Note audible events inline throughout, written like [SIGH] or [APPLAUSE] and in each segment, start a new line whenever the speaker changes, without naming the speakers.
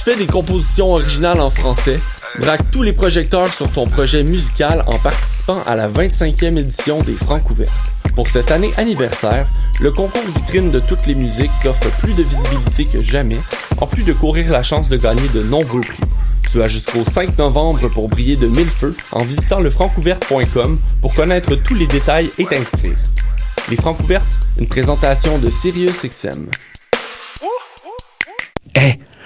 Trouver des compositions originales en français. Braque tous les projecteurs sur ton projet musical en participant à la 25e édition des Francs ouverts. Pour cette année anniversaire, le concours vitrine de toutes les musiques t'offre plus de visibilité que jamais, en plus de courir la chance de gagner de nombreux prix. Tu as jusqu'au 5 novembre pour briller de mille feux en visitant lefrancouverte.com pour connaître tous les détails et t'inscrire. Les Francs ouvertes, une présentation de SiriusXM.
Eh,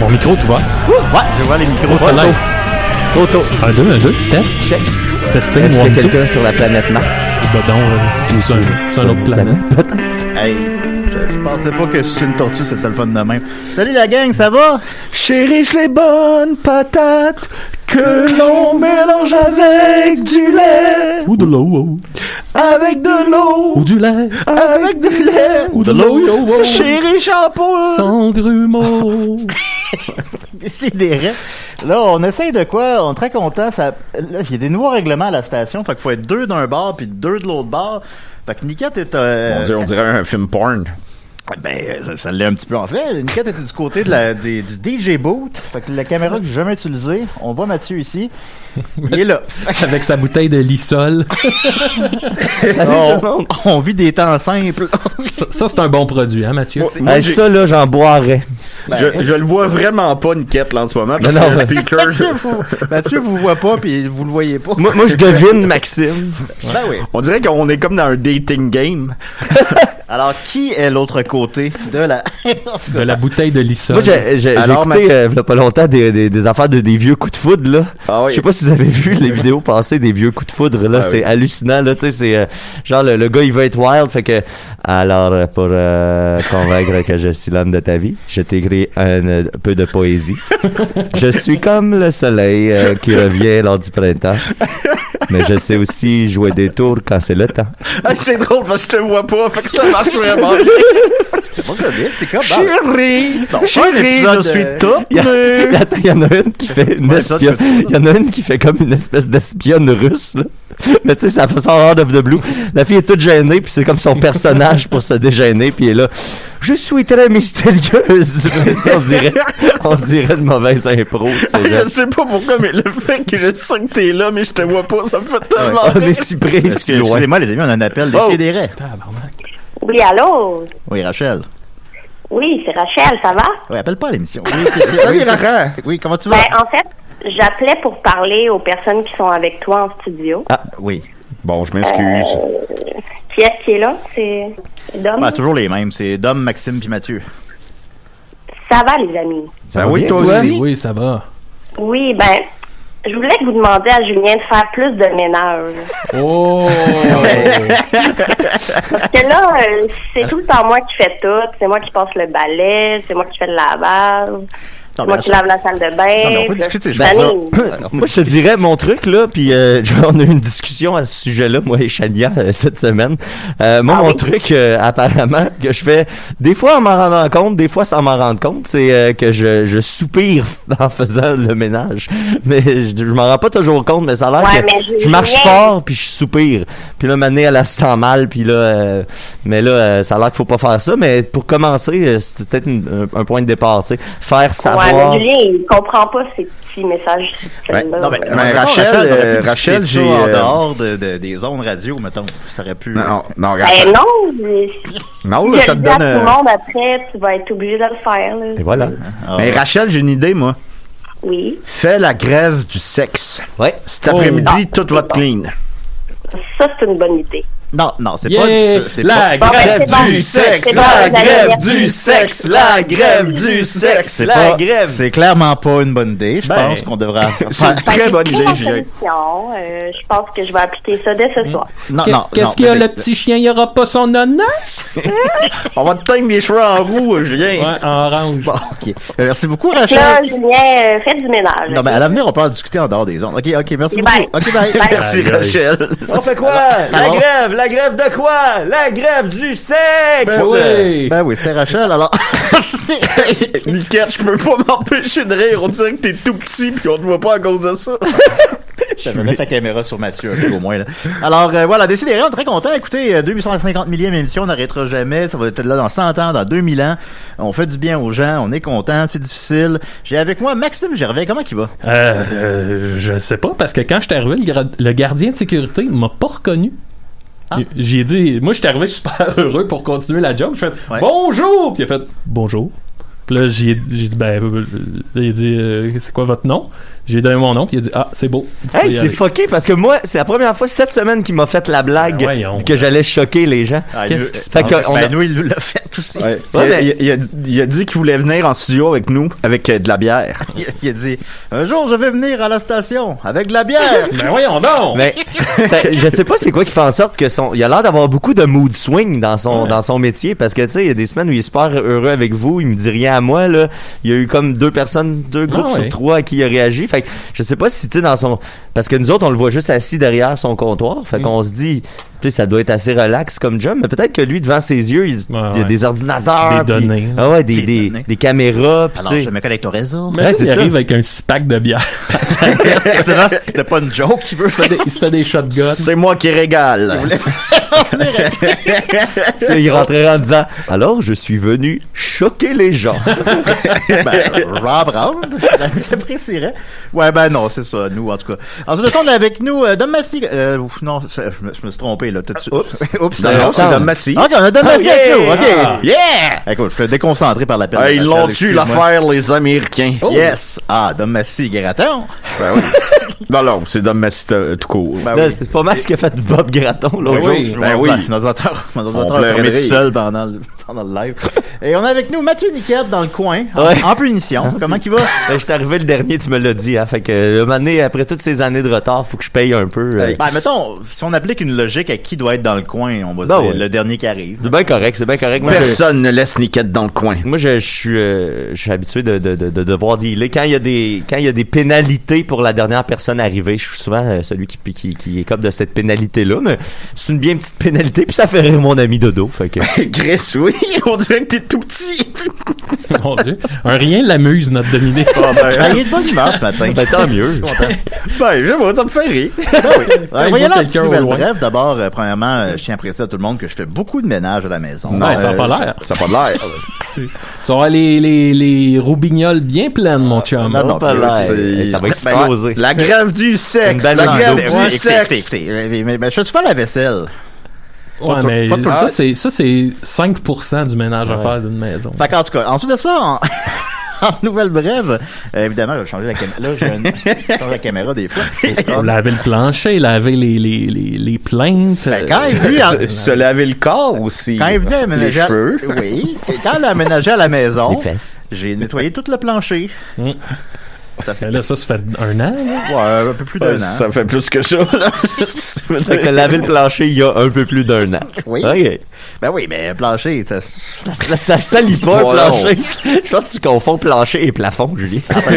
Mon micro, tu vois.
Ouais, je vois les micros.
live.
Auto.
Un, deux, un, deux. Test.
Check.
Testing.
Est-ce
one,
qu'il y a
two.
quelqu'un sur la planète Mars?
Bah, donc, euh, c'est un, c'est un autre planète.
Hey, je, je pensais pas que c'est une tortue, c'était le fun de même. Salut la gang, ça va?
Chérisse les bonnes patates que l'on mélange avec du lait.
Ou de l'eau.
Avec de l'eau.
Ou du lait.
Avec du lait.
Ou de l'eau. yo, yo.
Chérie Chapeau.
Sans grumeaux.
Décidérez. Là, on essaye de quoi? On est très content. Ça... Là, il y a des nouveaux règlements à la station. Fait qu'il faut être deux d'un bar puis deux de l'autre bar. Fait que Niket est. euh,
Mon Dieu, on dirait un film porn.
Ben, euh, ça, ça l'est un petit peu en fait. Niket était du côté de la, des- du DJ Boot. Fait que la caméra que j'ai jamais utilisée, on voit Mathieu
[LAUGHS]
ici. Il est là.
Avec sa bouteille de lissol.
on, on vit des temps simples.
Ça, ça, c'est un bon produit, hein, Mathieu?
Moi, j'ai-
ça, là, j'en boirais.
Ben,
je, je le vois vraiment pas, Niquette, là, en ce moment. Parce
Non,
que
non,
le
mais-
Mathieu, [LAUGHS]
speaker,
vous, Mathieu vous voit pas puis vous le voyez pas.
Moi, moi, je devine Maxime.
Ben oui.
on dirait qu'on est comme dans un dating game.
Alors, qui est l'autre côté de la...
De la bouteille de lissol.
Moi, j'ai j'ai- j'ai
Alors,
écouté,
Mathieu-
euh, il y a pas longtemps, des, des, des affaires de des vieux coups de foudre, là.
Ah
Je sais pas si vous avez
[LAUGHS]
vu les vidéos passées des vieux coups de foudre là,
Ah
c'est
oui.
hallucinant là, tu sais c'est euh, genre le, le gars il veut être wild fait que alors euh, pour euh, convaincre que je suis l'homme de ta vie, je t'écris un euh, peu de poésie. je suis comme le soleil euh, qui revient lors du printemps. Mais je sais aussi jouer des tours quand c'est le temps.
Ah, c'est drôle parce que je te vois pas, fait que ça marche vraiment.
Moi, je dis, c'est comme...
Chérie!
Non, un
Chérie,
épisode
je suis
de-
top!
Il y, a- [LAUGHS] attends, il y en a une qui fait une
Ouais, ça,
espionne.
tu-
Il y en a une qui fait comme une espèce d'espionne russe, là. Mais tu sais, ça fait sort out of the blue. La fille est toute gênée, puis c'est comme son personnage pour se dégêner, puis elle est là. Je suis très mystérieuse. [LAUGHS] Tu sais, on dirait, on dirait une mauvaise impro. tu
Ah,
sais,
[LAUGHS]
là.
Je sais pas pourquoi, mais le fait que je sais que t'es là, mais je te vois pas, ça me fait tellement
Ah,
On est
rire.
si près,
Est-ce
si
que-
loin.
Excusez-moi, les amis, on a un appel des
Oh.
fédérés.
Oui, allô?
Oui, Rachel.
Oui, c'est Rachel, ça va?
Oui, appelle pas à l'émission. Oui, Salut, Rachel. Oui, comment tu vas?
Ben, en fait, j'appelais pour parler aux personnes qui sont avec toi en studio.
Ah, Oui.
Bon, je m'excuse.
Qui est, qui est là? C'est Dom?
Ben, toujours les mêmes. C'est Dom, Maxime puis Mathieu.
ça va, les amis?
Ben oui, toi
Oui,
aussi.
Oui, ça va.
Oui, ben, je voulais que vous demandiez à Julien de faire plus de ménage.
Oh!
Parce que là, euh, c'est tout le temps moi qui fais tout. C'est moi qui passe le balai, c'est moi qui fais le lavage,
Non,
c'est moi
mais
qui lave la salle de bain.
Non, mais on peut
puis là,
discuter de ces
je suis
choses-là.
tannée.
Moi, je te dirais mon truc, là, puis euh, on a eu une discussion à ce sujet-là, moi et Chania, euh, cette semaine. Euh, moi,
Ah
mon
oui?
truc, euh, apparemment, que je fais, des fois en m'en rendant compte, des fois sans m'en rendre compte, c'est euh, que je, je soupire [LAUGHS] en faisant le ménage. Mais je, je m'en rends pas toujours compte, mais ça a l'air
Ouais, mais
que
j'ai
je marche
rien.
fort, puis je soupire. Puis là, maintenant, elle elle se sent mal, puis là, euh, mais là, euh, ça a l'air qu'il faut pas faire ça. Mais pour commencer, euh, c'est peut-être une- un, un point de départ, tu sais. Faire savoir voir.
mais Julien, il comprend pas ces petits messages subtils-là.
Non,
Ben,
mais,
Mais Rachel,
aurait pu
euh,
discuter
Rachel,
de ça
j'ai,
en
euh,
dehors de, de- des ondes radio, mettons. Ça aurait pu. euh,
Non, non, regarde.
Ben non, mais
Non,
si
là,
je
ça
le
te
dis à
donne.
tout
euh,
le monde après, tu vas être obligé de le faire. là.
Et voilà.
Ah,
Mais
ouais.
Rachel, j'ai une idée, moi.
Oui,
Fais la grève du sexe.
Ouais.
Cet
Oh.
après-midi, tout va être clean.
ça c'est une bonne idée.
Non, non, c'est pas.
Yeah!
c'est- C'est
La
Bon, ben,
grève
c'est bon.
du
sexe,
sexe,
la grève du
sexe, la grève du sexe,
C'est pas- C'est clairement pas une bonne idée. Je
Ben.
pense qu'on
[LAUGHS]
devrait. en faire-
C'est une
Fait que
très bonne
c'est
idée,
ma
Julien.
solution. Euh, je pense que je vais appliquer ça dès ce soir.
[LAUGHS] Non,
Qu'est-
non. non,
Qu'est-ce qu'il y a,
mais- ben,
le petit chien? Il n'y aura pas son honneur?
On va te teindre les cheveux en roux, euh,
Ouais,
Julien.
en orange.
[LAUGHS] Bon, ok. Euh, Merci beaucoup,
Là,
Rachel.
Julien, euh, fais du ménage.
Non, mais à l'avenir, on peut en discuter en dehors des ondes. Ok, ok, merci
Et
beaucoup.
bye.
Ok, bye.
Bye.
Merci, Rachel.
On fait quoi? La
Alors-
grève! La grève de quoi? La grève du sexe!
Ben oui!
Ben oui, c'était
[LAUGHS]
Rachel, alors.
Niquette, je peux pas m'empêcher de rire. On dirait que t'es tout petit puis on te voit pas à cause de ça.
[LAUGHS] Je vais mettre ta caméra sur Mathieu, un peu au moins. Là. Alors, euh, voilà, décidément, on est très content. Écoutez, euh, 2850 millième émission, on n'arrêtera jamais. Ça va être là dans 100 ans, dans 2000 ans. On fait du bien aux gens, on est content, c'est difficile. J'ai avec moi Maxime Gervais, comment il va?
Euh, euh, je sais pas, parce que quand je suis arrivé, le, gra- le gardien de sécurité m'a pas reconnu.
Ah.
J'ai dit, moi, je suis arrivé super [LAUGHS] heureux pour continuer la job. J'ai fait
Ouais.
bonjour! Puis il a fait bonjour. Puis là, j'ai dit, j'ai dit, ben, euh, il a dit, euh, c'est quoi votre nom? J'ai donné mon nom, puis il a dit, ah, c'est beau. Vous pouvez
Hey,
y
c'est
aller.
fucké parce que moi, c'est la première fois cette semaine qu'il m'a fait la blague
Ben voyons.
que j'allais choquer les gens.
Ah,
Qu'est-ce qui se
passe?
Ben,
Fait qu'on a-
nous, il nous l'a fait aussi.
Ouais, mais-
il, a, il a- il a dit qu'il voulait venir en studio avec nous, avec euh, de la bière.
[LAUGHS] Il, il a dit Un jour, je vais venir à la station avec de
[LAUGHS]
la bière.
Ben voyons donc! [LAUGHS]
Mais ça- je sais pas c'est quoi qui fait en sorte que son il a l'air d'avoir beaucoup de mood swing dans son
Ouais.
dans son métier parce que tu sais il y a des semaines où il est super heureux avec vous, il me dit rien à moi là, il y a eu comme deux personnes, deux groupes
Ah ouais.
sur trois à qui il a réagi. Fait que je sais pas si tu sais dans son parce que nous autres on le voit juste assis derrière son comptoir, fait
Mm.
qu'on se dit tu sais ça doit être assez relax comme job, mais peut-être que lui devant ses yeux, il, il y a
ouais.
des ordinateurs,
Des
puis-
données, là.
Ah ouais, des
Des
des,
données. Ah
des caméras, puis
Alors,
tu sais.
je me connecte au réseau. [LAUGHS]
Imagine,
Ouais, c'est
il
ça.
arrive avec un six pack de bière. [LAUGHS]
Évidemment, C'était pas une joke qu'il
[LAUGHS]
veut.
Il se fait des- il se fait des shotguns.
C'est moi qui régale.
il rentrerait en disant alors je suis venu choquer
[LAUGHS]
les gens.
ben, Rob [LAUGHS] Brown, j'apprécierais. Ouais, ben non, c'est ça, nous, en tout cas. Ensuite de ça, on est avec nous, euh, Dom Massy. Euh, ouf, non, c'est- je me, je me suis trompé, là, tout de suite. [LAUGHS] Oups. Oups,
Non, non,
alors,
c'est
ensemble.
Dom Massy. Oh,
Ok, on a Dom Massy
yeah!
avec nous, ok.
Ah.
Yeah! Écoute, je suis déconcentré par l'appel.
Ah,
de
ils
Rachel,
l'ont tué
excuse-moi.
l'affaire, les Américains.
Yes! Ah, Dom Massy, Garaton.
Ben oui. non, non, c'est Dom Massy euh, tout court.
Ben
Là, C'est pas mal ce qu'a fait Bob Graton l'autre
Ben
jour.
oui.
Ben oui.
Nos ordinateurs, [LAUGHS] nos ordinateurs
pleurait
ont fermé
de
tout
rire.
seul pendant le, [LAUGHS] pendant le live. Et on a avec nous Mathieu Niquette dans le coin, en,
Ouais.
en punition. Comment qu'il va?
Ben, je suis arrivé le dernier, tu me l'as dit. Hein, fait que le moment donné, après toutes ces années de retard, faut que je paye un peu. euh.
Ben, mettons, si on applique une logique à qui doit être dans le coin, on va
Ben
dire
ouais.
le dernier qui arrive.
c'est bien correct, c'est bien correct. Moi, je,
Personne ne laisse Niquette dans le coin.
moi, je, je suis, euh, je suis habitué de, de, de, de devoir dealer. Quand il y a des, quand il y a des pénalités pour la dernière personne arrivée, je suis souvent euh, celui qui, qui, qui est comme de cette pénalité-là. Mais c'est une bien petite pénalité, puis ça fait rire mon ami Dodo. Fait que,
Chris, oui, [LAUGHS] on dirait que t'es tout petit.
[LAUGHS] Mon Dieu. Un rien l'amuse, notre Dominique.
[LAUGHS] Ben, il est de bonne humeur ce matin.
ben,
[LAUGHS]
tant mieux.
Ben, je vois, ça me fait rire.
Alors,
Il
voyons
voit
la
quelqu'un
petite nouvelle
au loin.
brève. D'abord, euh, premièrement, euh, je tiens à préciser à tout le monde que je fais beaucoup de ménage à la maison. Euh,
Ouais, ça a pas l'air.
Ça a pas de l'air.
Tu auras les, les, les roubignoles bien pleines, mon chum.
non, non,
Pas
plus,
l'air.
c'est-
Ça va
Ben,
exploser.
la grève du
Une
sexe.
belle
La
langue
grève
d'eau.
du
Ouais, écoutez,
sexe.
écoutez, écoutez, mais- mais je fais souvent la vaisselle.
Ouais,
tout-
mais
pas tout le temps.
ça, c'est, ça, c'est 5% du ménage à
Ouais.
faire d'une maison.
Fait qu'en tout cas, ensuite de ça, en, [LAUGHS] en nouvelle brève, euh, évidemment, je vais changer la caméra. Là, je je change la caméra des fois.
Faut laver le plancher, laver les, les, les, les plaintes.
Fait quand il est venu en-
Se, se laver le corps aussi.
Quand il venait
les
aménager, à-
cheveux.
oui, Et quand il a aménagé à la
Les
maison,
fesses.
j'ai nettoyé tout le plancher.
Mais là, ça, ça fait un an. là.
Ouais, un peu plus d'un an.
Ça fait plus que ça, là.
[LAUGHS] Fait que laver le plancher il y a un peu plus d'un an.
Oui.
Ok.
Ben oui, mais plancher, ça,
Ça, ça, ça salit pas un
Bon,
plancher. Je pense que tu confonds plancher et plafond, Julien.
Ah, [LAUGHS]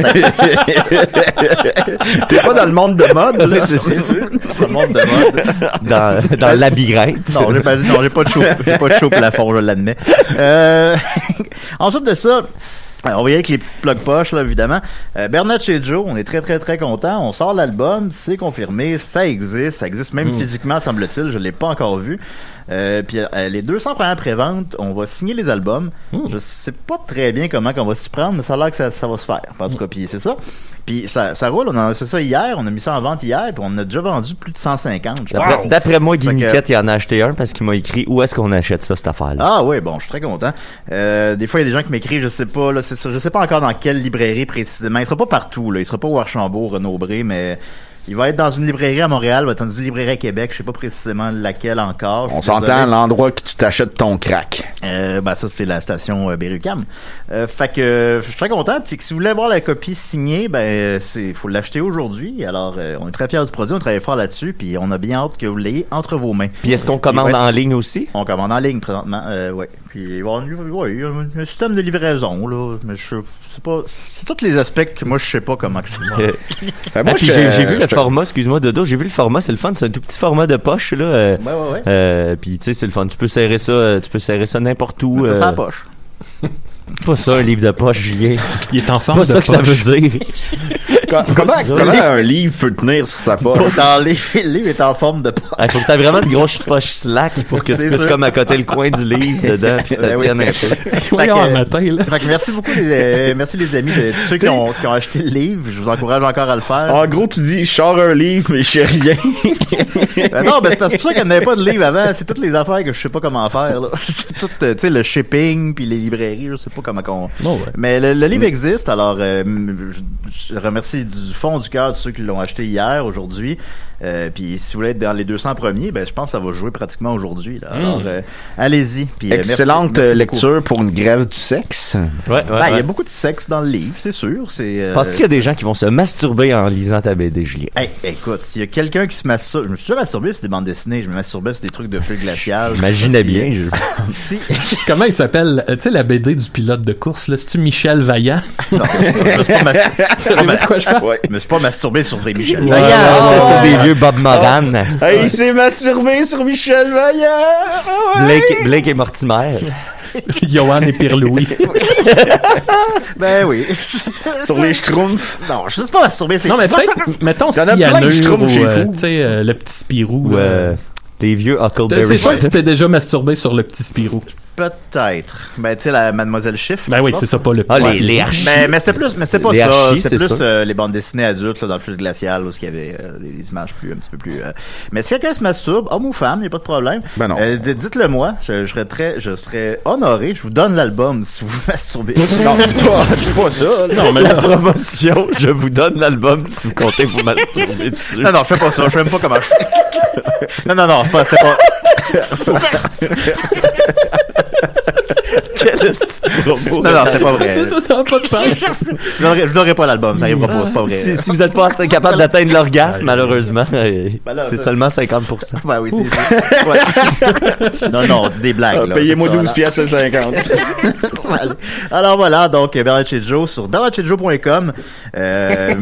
T'es pas dans le monde de mode, là.
c'est sûr. Ça monte de mode.
dans, dans le labyrinthe.
Non, j'ai pas, non, j'ai pas de chaud, j'ai pas de chaud plafond, je l'admets. Euh, [LAUGHS] ensuite de ça, euh, on va y aller avec les petites plugs poches, là, évidemment. Euh, Bernard chez Joe, on est très, très, très content. On sort l'album, c'est confirmé, ça existe, ça existe même physiquement, semble-t-il. Je l'ai pas encore vu. Euh, puis euh, les 200 premières préventes, on va signer les albums. Je sais pas très bien comment qu'on va s'y prendre, mais ça a l'air que ça, ça va se faire. En tout cas, puis c'est ça. Puis ça, ça roule, on en a c'est ça hier, on a mis ça en vente hier, puis on a déjà vendu plus de 150. je
D'après-
pense.
D'après moi, Guy
Fait que-
Niquette, il en a acheté un parce qu'il m'a écrit où est-ce qu'on achète ça, cette affaire-là.
Ah oui, bon, je suis très content. Euh, des fois, il y a des gens qui m'écrivent, je sais pas, là, c'est ça, je sais pas encore dans quelle librairie précisément. Il sera pas partout, là. Il sera pas au Archambault, Renaud-Bré, mais il va être dans une librairie à Montréal, va être dans une librairie à Québec, je sais pas précisément laquelle encore. Je
On
suis désolé.
s'entend, l'endroit que tu t'achètes ton crack.
Euh, ben ça c'est la station euh, Berrucam. Euh, fait que euh, je suis très content. Puis que si vous voulez avoir la copie signée, ben euh, c'est faut l'acheter aujourd'hui. Alors euh, on est très fiers du produit, on travaille fort là-dessus, puis on a bien hâte que vous l'ayez entre vos mains.
Puis est-ce qu'on
Il
commande
va être-
en ligne aussi?
On commande en ligne présentement, euh, ouais. Puis il va y avoir une- ouais, il y a un, un système de livraison là, mais je sais pas, c'est tous les aspects que moi je sais pas comment que ça.
Ben,
Euh, ah,
moi,
puis
je-
j'ai j'ai vu
je
le
te-
format, excuse-moi Dodo, j'ai vu le format, c'est le fun, c'est un tout petit format de poche là. euh,
Ouais, ouais, ouais.
euh, puis tu sais, c'est le fun, tu peux serrer ça, euh, tu peux serrer ça n'importe où.
Mais ça, c'est
euh,
la poche.
pas ça un livre de poche, Julien.
Il est en
C'est
forme
pas
de
ça que ça
poche.
veut dire.
Co- Comment,
Désolé.
comment un livre peut tenir sur ta poche?
[LAUGHS] Dans les le livre est en forme de poche.
Il faut que t'aies vraiment de grosses poches slack pour que tu
C'est
puisses
sûr.
comme accoter le coin du
[LAUGHS]
livre dedans puis que ça
Ben oui.
tienne un peu.
Oui,
Fait que-
un matin, là.
Fait que merci beaucoup, les, euh, merci les amis, de, tous ceux qui ont, qui ont acheté le livre. Je vous encourage encore à le faire.
En gros, tu dis, je sors un livre, mais je sais
[LAUGHS]
rien.
Ben non, ben c'est parce- c'est pour ça qu'il n'y avait pas de livre avant. C'est toutes les affaires que je sais pas comment faire. là. [LAUGHS] C'est tout, euh, tu sais, le shipping puis les librairies, je sais pas comment qu'on.
Non, ouais.
Mais le, le livre existe, alors euh, je, je remercie du fond du cœur de ceux qui l'ont acheté hier, aujourd'hui. Euh, puis si vous voulez être dans les 200 premiers, ben je pense que ça va jouer pratiquement aujourd'hui. là. Alors
Mm.
euh, allez-y. Puis, euh,
Hmm.
merci-
Excellente
merci
euh,
beaucoup.
lecture pour une grève du sexe.
Ben,
Ouais,
Il
ouais,
y a
ouais.
beaucoup de sexe dans le livre, c'est sûr. C'est. euh,
Penses-tu qu'il y a des gens qui vont se masturber en lisant ta BD, Julien?
Hey, écoute, s'il y a quelqu'un qui se masturbe, je me suis déjà masturbé sur des bandes dessinées, je me masturbais sur des trucs de feu glacial.
Imaginez bien. je-
Si-
Comment il s'appelle? euh, Tu sais, la BD du pilote de course, là. C'est-tu Michel Vaillant?
[LAUGHS]
[LAUGHS]
non, je me suis pas mas-
Savez-vous de quoi je parle?
Ouais.
je me suis pas masturbé sur des Michel.
Ouais,
ouais,
ça, c'est
ouais.
des vieux Bob Moran.
Hey, il s'est masturbé sur Michel Vaillant!
Blake, Blake et Mortimer.
Johan et Pierre-Louis.
Ben oui.
[LAUGHS] Sur les schtroumpfs.
[LAUGHS] Non, je me suis pas masturbé. c'est-
Non, mais peut-être, mettons,
Y'en a plein que je
Cyanure
trouve
ou,
chez
euh,
vous.
tu sais, euh, le petit Spirou.
Ou
là.
euh, des vieux Huckleberry.
C'est sûr que tu t'es déjà masturbé sur le petit Spirou.
Peut-être. Ben, tu sais, la Mademoiselle Chiffre.
Ben oui, c'est ça, pas le
Ah,
petit.
les, les archives.
Mais, mais c'était plus, mais c'est pas
Les
ça.
archis,
c'est
c'est
plus
ça.
euh, les bandes dessinées adultes là, dans le feu glacial, où il y avait euh, des, des images plus, un petit peu plus. euh. Mais si quelqu'un se masturbe, homme ou femme, il n'y a pas de problème.
Ben non.
Euh, d- Dites-le moi. Je, je serais très, je serais honoré. Je vous donne l'album si vous vous masturbez.
Non, dis pas, dis pas ça. là.
Non, mais
La
là,
promotion, je vous donne l'album si vous comptez vous masturber dessus.
non, non, je fais pas ça. Je sais même pas comment je fais. non, non, non, c'est pas- c'était pas.
Quel est-ce que tu promos?
Non, non, c'était pas
[LAUGHS]
vrai.
ça, ça, ça a pas de sens.
Je donnerai, je donnerai pas l'album. Ça arrivera pas. C'est pas vrai.
Si, si vous n'êtes pas atte- capable d'atteindre l'orgasme, malheureusement, euh,
Ben là,
c'est
ben-
seulement
[LAUGHS]
50%.
Ben oui, c'est ça.
[LAUGHS]
Ouais. non, non, on dit des blagues.
Ah,
là,
Payez-moi
c'est ça,
12 piastres et 50.
[LAUGHS] voilà. Alors voilà, donc euh, Bernard Chidjo sur bernardchez.com. Euh,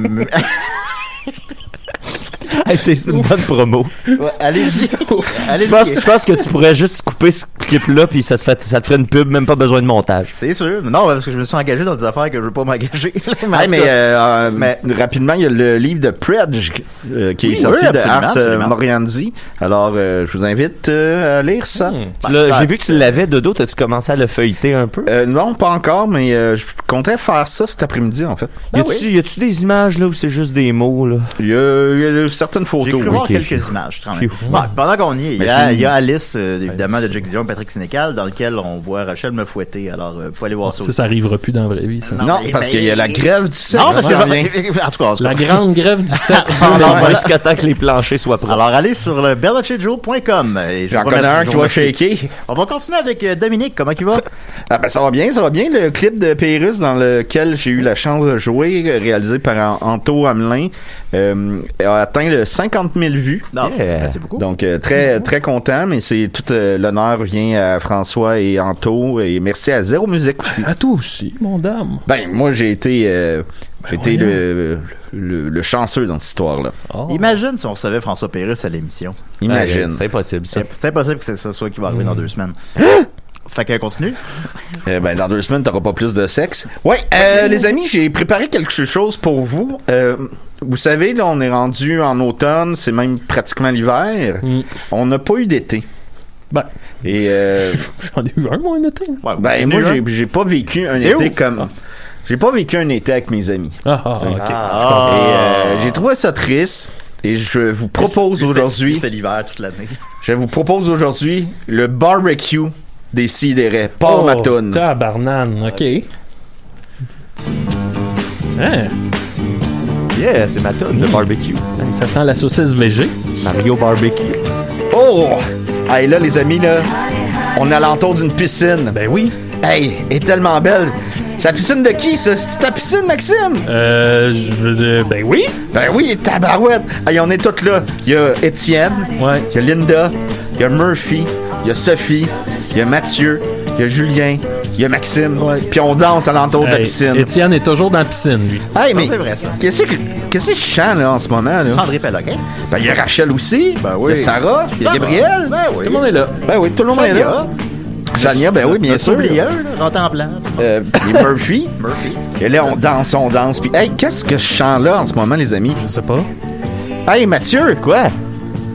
Hey, c'est une bonne promo.
ouais,
[LAUGHS]
allez-y.
Je pense,
allez-y.
je pense que tu pourrais juste couper ce clip-là, puis ça, se fait, ça te ferait une pub, même pas besoin de montage.
C'est sûr. Non, parce que je me suis engagé dans des affaires que je veux pas m'engager. mais,
[LAUGHS]
en
Hey,
tout
mais,
cas,
euh, euh,
mais-
rapidement, il y a le livre de Predge euh, qui est
Oui,
sorti
oui,
de
absolument,
Ars euh,
absolument.
Morianzi. Alors, euh, je vous invite euh, à lire ça.
Hmm.
Là, J'ai vu que tu l'avais, Dodo, t'as-tu commencé à le feuilleter un peu?
Euh, non, pas encore, mais euh, je comptais faire ça cet après-midi, en fait.
Y
Ah
a-tu y a-tu des images, là, ou c'est juste des mots, là?
Il y a, il y a certaines
j'ai
photos.
cru voir
ok.
quelques images quand même.
Phew.
Bon, pendant qu'on y est, il y, a-
c'est-
il y a Alice, euh, évidemment, de Jack Dion et Patrick Sénécal, dans lequel on voit Rachel me fouetter. Alors, euh, faut aller voir ça.
Ça, ça arrivera plus dans la vraie vie, ça.
Ah, Non,
mais-
parce
mais-
qu'il y a la grève du sexe.
Non, [LAUGHS] parce
qui
que-
s'en vient.
en tout cas, en tout cas.
La grande grève du sexe.
Ah, non,
Alors,
voilà.
Jusqu'à temps que les planchers soient propres.
Alors, allez sur le bernardchez.com. et je
J'en
vous
connais
remercie,
un
je
qui
vous
va
remercie.
shaker.
On va continuer avec euh, Dominique. Comment il va?
Ah ben ça va bien, ça va bien. Le clip de Pérus dans lequel j'ai eu la chance de jouer, réalisé par An- Anto Hamelin, euh, a atteint le 50 000 vues.
Non,
Yeah.
merci beaucoup.
Donc euh, très très content, mais c'est tout euh, l'honneur vient à François et Anto et merci à Zéro Musique aussi.
À toi aussi, mon dame.
Ben moi j'ai été euh, j'ai été le, le, le chanceux dans cette histoire là.
Oh.
[LAUGHS] Imagine si on recevait François Pérus à l'émission.
Imagine. Hmm.
Ouais, C'est impossible, ça.
C'est c'est impossible que ce soit qui va arriver dans
[GASPS]
deux semaines.
Hein?
fait qu'elle continue.
Euh, ben, dans deux semaines, t'auras pas plus de sexe. Ouais, euh, les amis, j'ai préparé quelque chose pour vous. Euh, vous savez, là, on est rendu en automne, c'est même pratiquement l'hiver.
Mm.
On n'a pas eu d'été.
Ben,
Et [LAUGHS] euh,
j'en ai eu un, moi, un été.
ben, moi, j'ai- j'ai pas vécu un été comme. J'ai pas vécu un été avec mes amis.
Ah, ah, ok.
Et euh, j'ai trouvé ça triste. Et je vous propose aujourd'hui.
C'était l'hiver toute l'année.
Je vous propose aujourd'hui le barbecue des sidérés. Paul
Oh,
ma toune.
Tabarnane, ok. Hein,
Yeah, c'est ma tonne de barbecue.
ça sent la saucisse VG.
Mario Barbecue.
Oh! Hey, là, les amis, là, on est à l'entour d'une piscine.
Ben oui.
Hey, elle est tellement belle. C'est la piscine de qui, ça? C'est ta piscine, Maxime?
Euh, je veux dire, ben oui.
Ben oui, tabarouette. Hey, on est toutes là. Il y a Étienne,
Ouais.
il y a Linda, il y a Murphy, il y a Sophie, il y a Mathieu, il y a Julien, il y a Maxime.
Ouais.
Puis on danse à l'entour de la
Hey,
piscine.
Étienne est toujours dans la piscine, lui.
Hey, mais
c'est vrai, ça.
qu'est-ce que qu'est-ce que je chante là en ce moment là
André Péloquin.
Ben, il y a Rachel aussi.
Ben oui.
Il y a Sarah. Il y a
Ça va.
Gabriel.
Ben oui.
Tout le monde est là.
Ah, Ben oui, tout le monde est là. Jania, ben oui, bien sûr.
Oublieur, là, rentre en plan.
Euh, et Murphy.
Murphy.
Et là, on danse, on danse. Puis, hey, qu'est-ce que je chante là en ce moment, les amis?
Je sais pas.
Hey, Mathieu,
Quoi?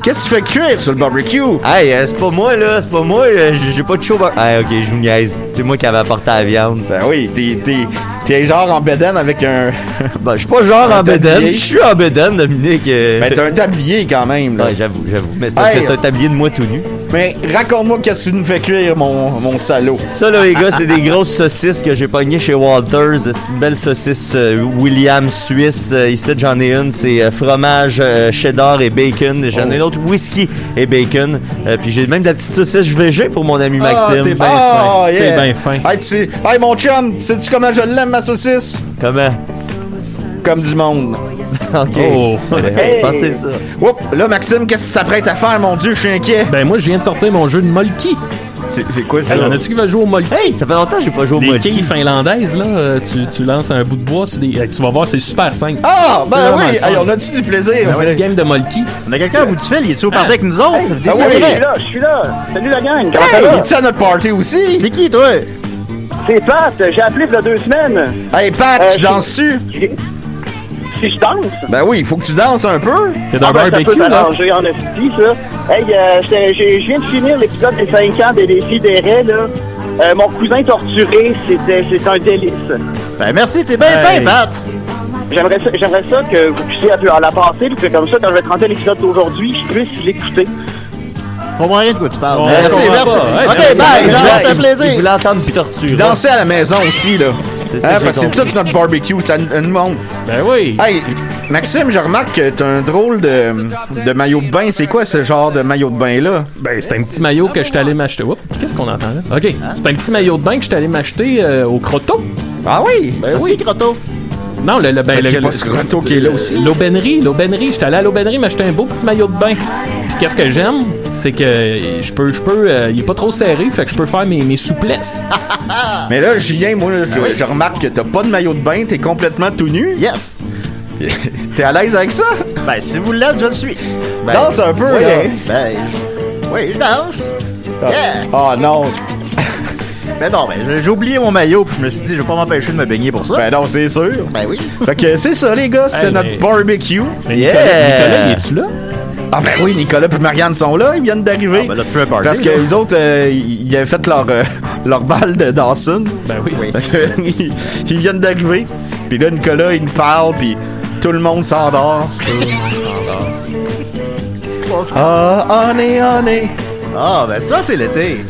qu'est-ce que tu fais cuire sur le barbecue?
Hey, euh, c'est pas moi, là, c'est pas moi, euh, j'ai j'ai pas de show. bar- Hey, ok, je vous niaise. C'est moi qui avais apporté la viande.
Ben oui, t'es, t'es, t'es genre en bédaine avec un. [LAUGHS]
Ben, je suis pas genre
Un
en bédaine.
tablier.
Je suis en bédaine, Dominique. euh.
ben, t'as un tablier quand même, là.
Ouais, j'avoue, j'avoue. Mais c'est parce
Hey,
que c'est un tablier de moi tout nu.
Mais raconte-moi qu'est-ce que tu nous fais cuire, mon, mon salaud.
Ça, là, les gars, c'est des grosses saucisses que j'ai pognées chez Walters. C'est une belle saucisse euh, William Suisse. Euh, ici, j'en ai une. C'est euh, fromage, euh, cheddar et bacon.
Oh.
J'en ai une autre, whisky et bacon. Euh, puis j'ai même de la petite saucisse VG pour mon ami
Ah, t'es
Maxime.
ben
Ah,
fin.
yeah.
T'es ben fin.
Hey, tu sais, hey, mon chum, sais-tu comment je l'aime, ma saucisse?
Comment?
Comme du monde.
Ok. [LAUGHS]
Oh.
Ouais, pensez ça.
Oups, là, Maxime, qu'est-ce que tu t'apprêtes à faire, mon Dieu, je suis inquiet.
Ben moi, je viens de sortir mon jeu de Molki.
C'est, c'est quoi
Alors, a-tu qui va jouer au Molki?
Hey, ça fait longtemps que j'ai pas joué au
Des
Molki.
quilles finlandaises, là. euh, Tu, tu lances un bout de bois sur des. euh, Tu vas voir, c'est super simple.
Ah,
C'est
ben
vraiment
oui,
le fun. Ben
hey, on a-tu du plaisir? Ben
Une
oui.
petite game de Molki.
On a quelqu'un à bout du fil, il est-tu au party avec nous autres?
Ah oui,
Décidez.
oui.
Là, je suis là. Salut la gang. Comment ça
Hey,
va?
es-tu à notre party aussi?
T'es qui, toi?
C'est Pat. J'ai appelé il y a deux semaines.
Hey, Pat,
Euh,
tu danses-tu?
Si je danse,
Ben oui, il faut que tu danses un peu.
T'es dans
ah,
le
ben, ça peut
barbecue, là.
t'arranger en esti, ça. Hey, euh, j'étais- j'ai- je viens de finir l'épisode des 5 ans des défis des raies, là. Euh, mon cousin torturé, c'était c'est un délice.
Ben merci, t'es bien
Hey.
fin, Pat!
J'aimerais ça, j'aimerais ça que vous puissiez un peu à la passer, puis que comme ça, quand je vais te rentrer l'épisode d'aujourd'hui, je puisse l'écouter.
Je comprends rien de quoi tu parles.
On
merci,
comprend
merci.
pas. Hey,
ok,
merci,
bye,
Exact.
ça fait
Il
plaisir.
voulait entendre du torture.
Danser à la maison aussi, là.
C'est ça
Hein,
que
parce que
j'ai
c'est tout notre barbecue, c'est un, un monde.
Ben oui.
Hey, Maxime, je remarque que t'as un drôle de, de maillot de bain. C'est quoi ce genre de maillot de bain-là?
Ben, c'est un petit maillot que je suis allé m'acheter. Oups, qu'est-ce qu'on entend là? Ok, c'est un petit maillot de bain que je suis allé m'acheter euh, au Croteau.
Ah oui?
Sophie
oui.
Croteau.
Non, le, le, ben,
Ça
le,
fait pas
le-
ce Croteau qui est là aussi.
L'aubainerie, l'aubainerie. J'étais allé à l'aubainerie m'acheter un beau petit maillot de bain. Puis qu'est-ce que j'aime, c'est que je peux, je peux, euh, il est pas trop serré, fait que je peux faire mes, mes souplesses.
Ah. Mais là, Julien, moi, là, je, je remarque que t'as pas de maillot de bain, t'es complètement tout nu.
Yes!
[LAUGHS] T'es à l'aise avec ça?
Ben, si vous l'êtes, je le suis. Ben,
Danse un peu,
oui,
là.
Ben, je- oui, je danse. Yeah!
Ah non!
[LAUGHS] Ben non, ben, j'ai- j'ai oublié mon maillot, puis je me suis dit, je vais pas m'empêcher de me baigner pour ça.
Ben non, c'est sûr.
Ben oui.
Fait que c'est ça, les gars, c'était
Hey,
notre
mais-
barbecue.
Mais
Yeah!
Nicolas, Nicolas, es-tu là?
Ah ben oui, Nicolas et Marianne sont là, ils viennent d'arriver.
Ah, ben là, c'est plus un party,
Parce que
là.
les autres, euh, ils ils avaient fait leur, euh, [LAUGHS] leur balle de Dawson.
Ben oui.
Oui.
Fait que, [LAUGHS] ils, ils viennent d'arriver. Puis là, Nicolas, il me parle, puis tout le monde s'endort. Ah, on est, on est.
Ah, ben ça, c'est l'été.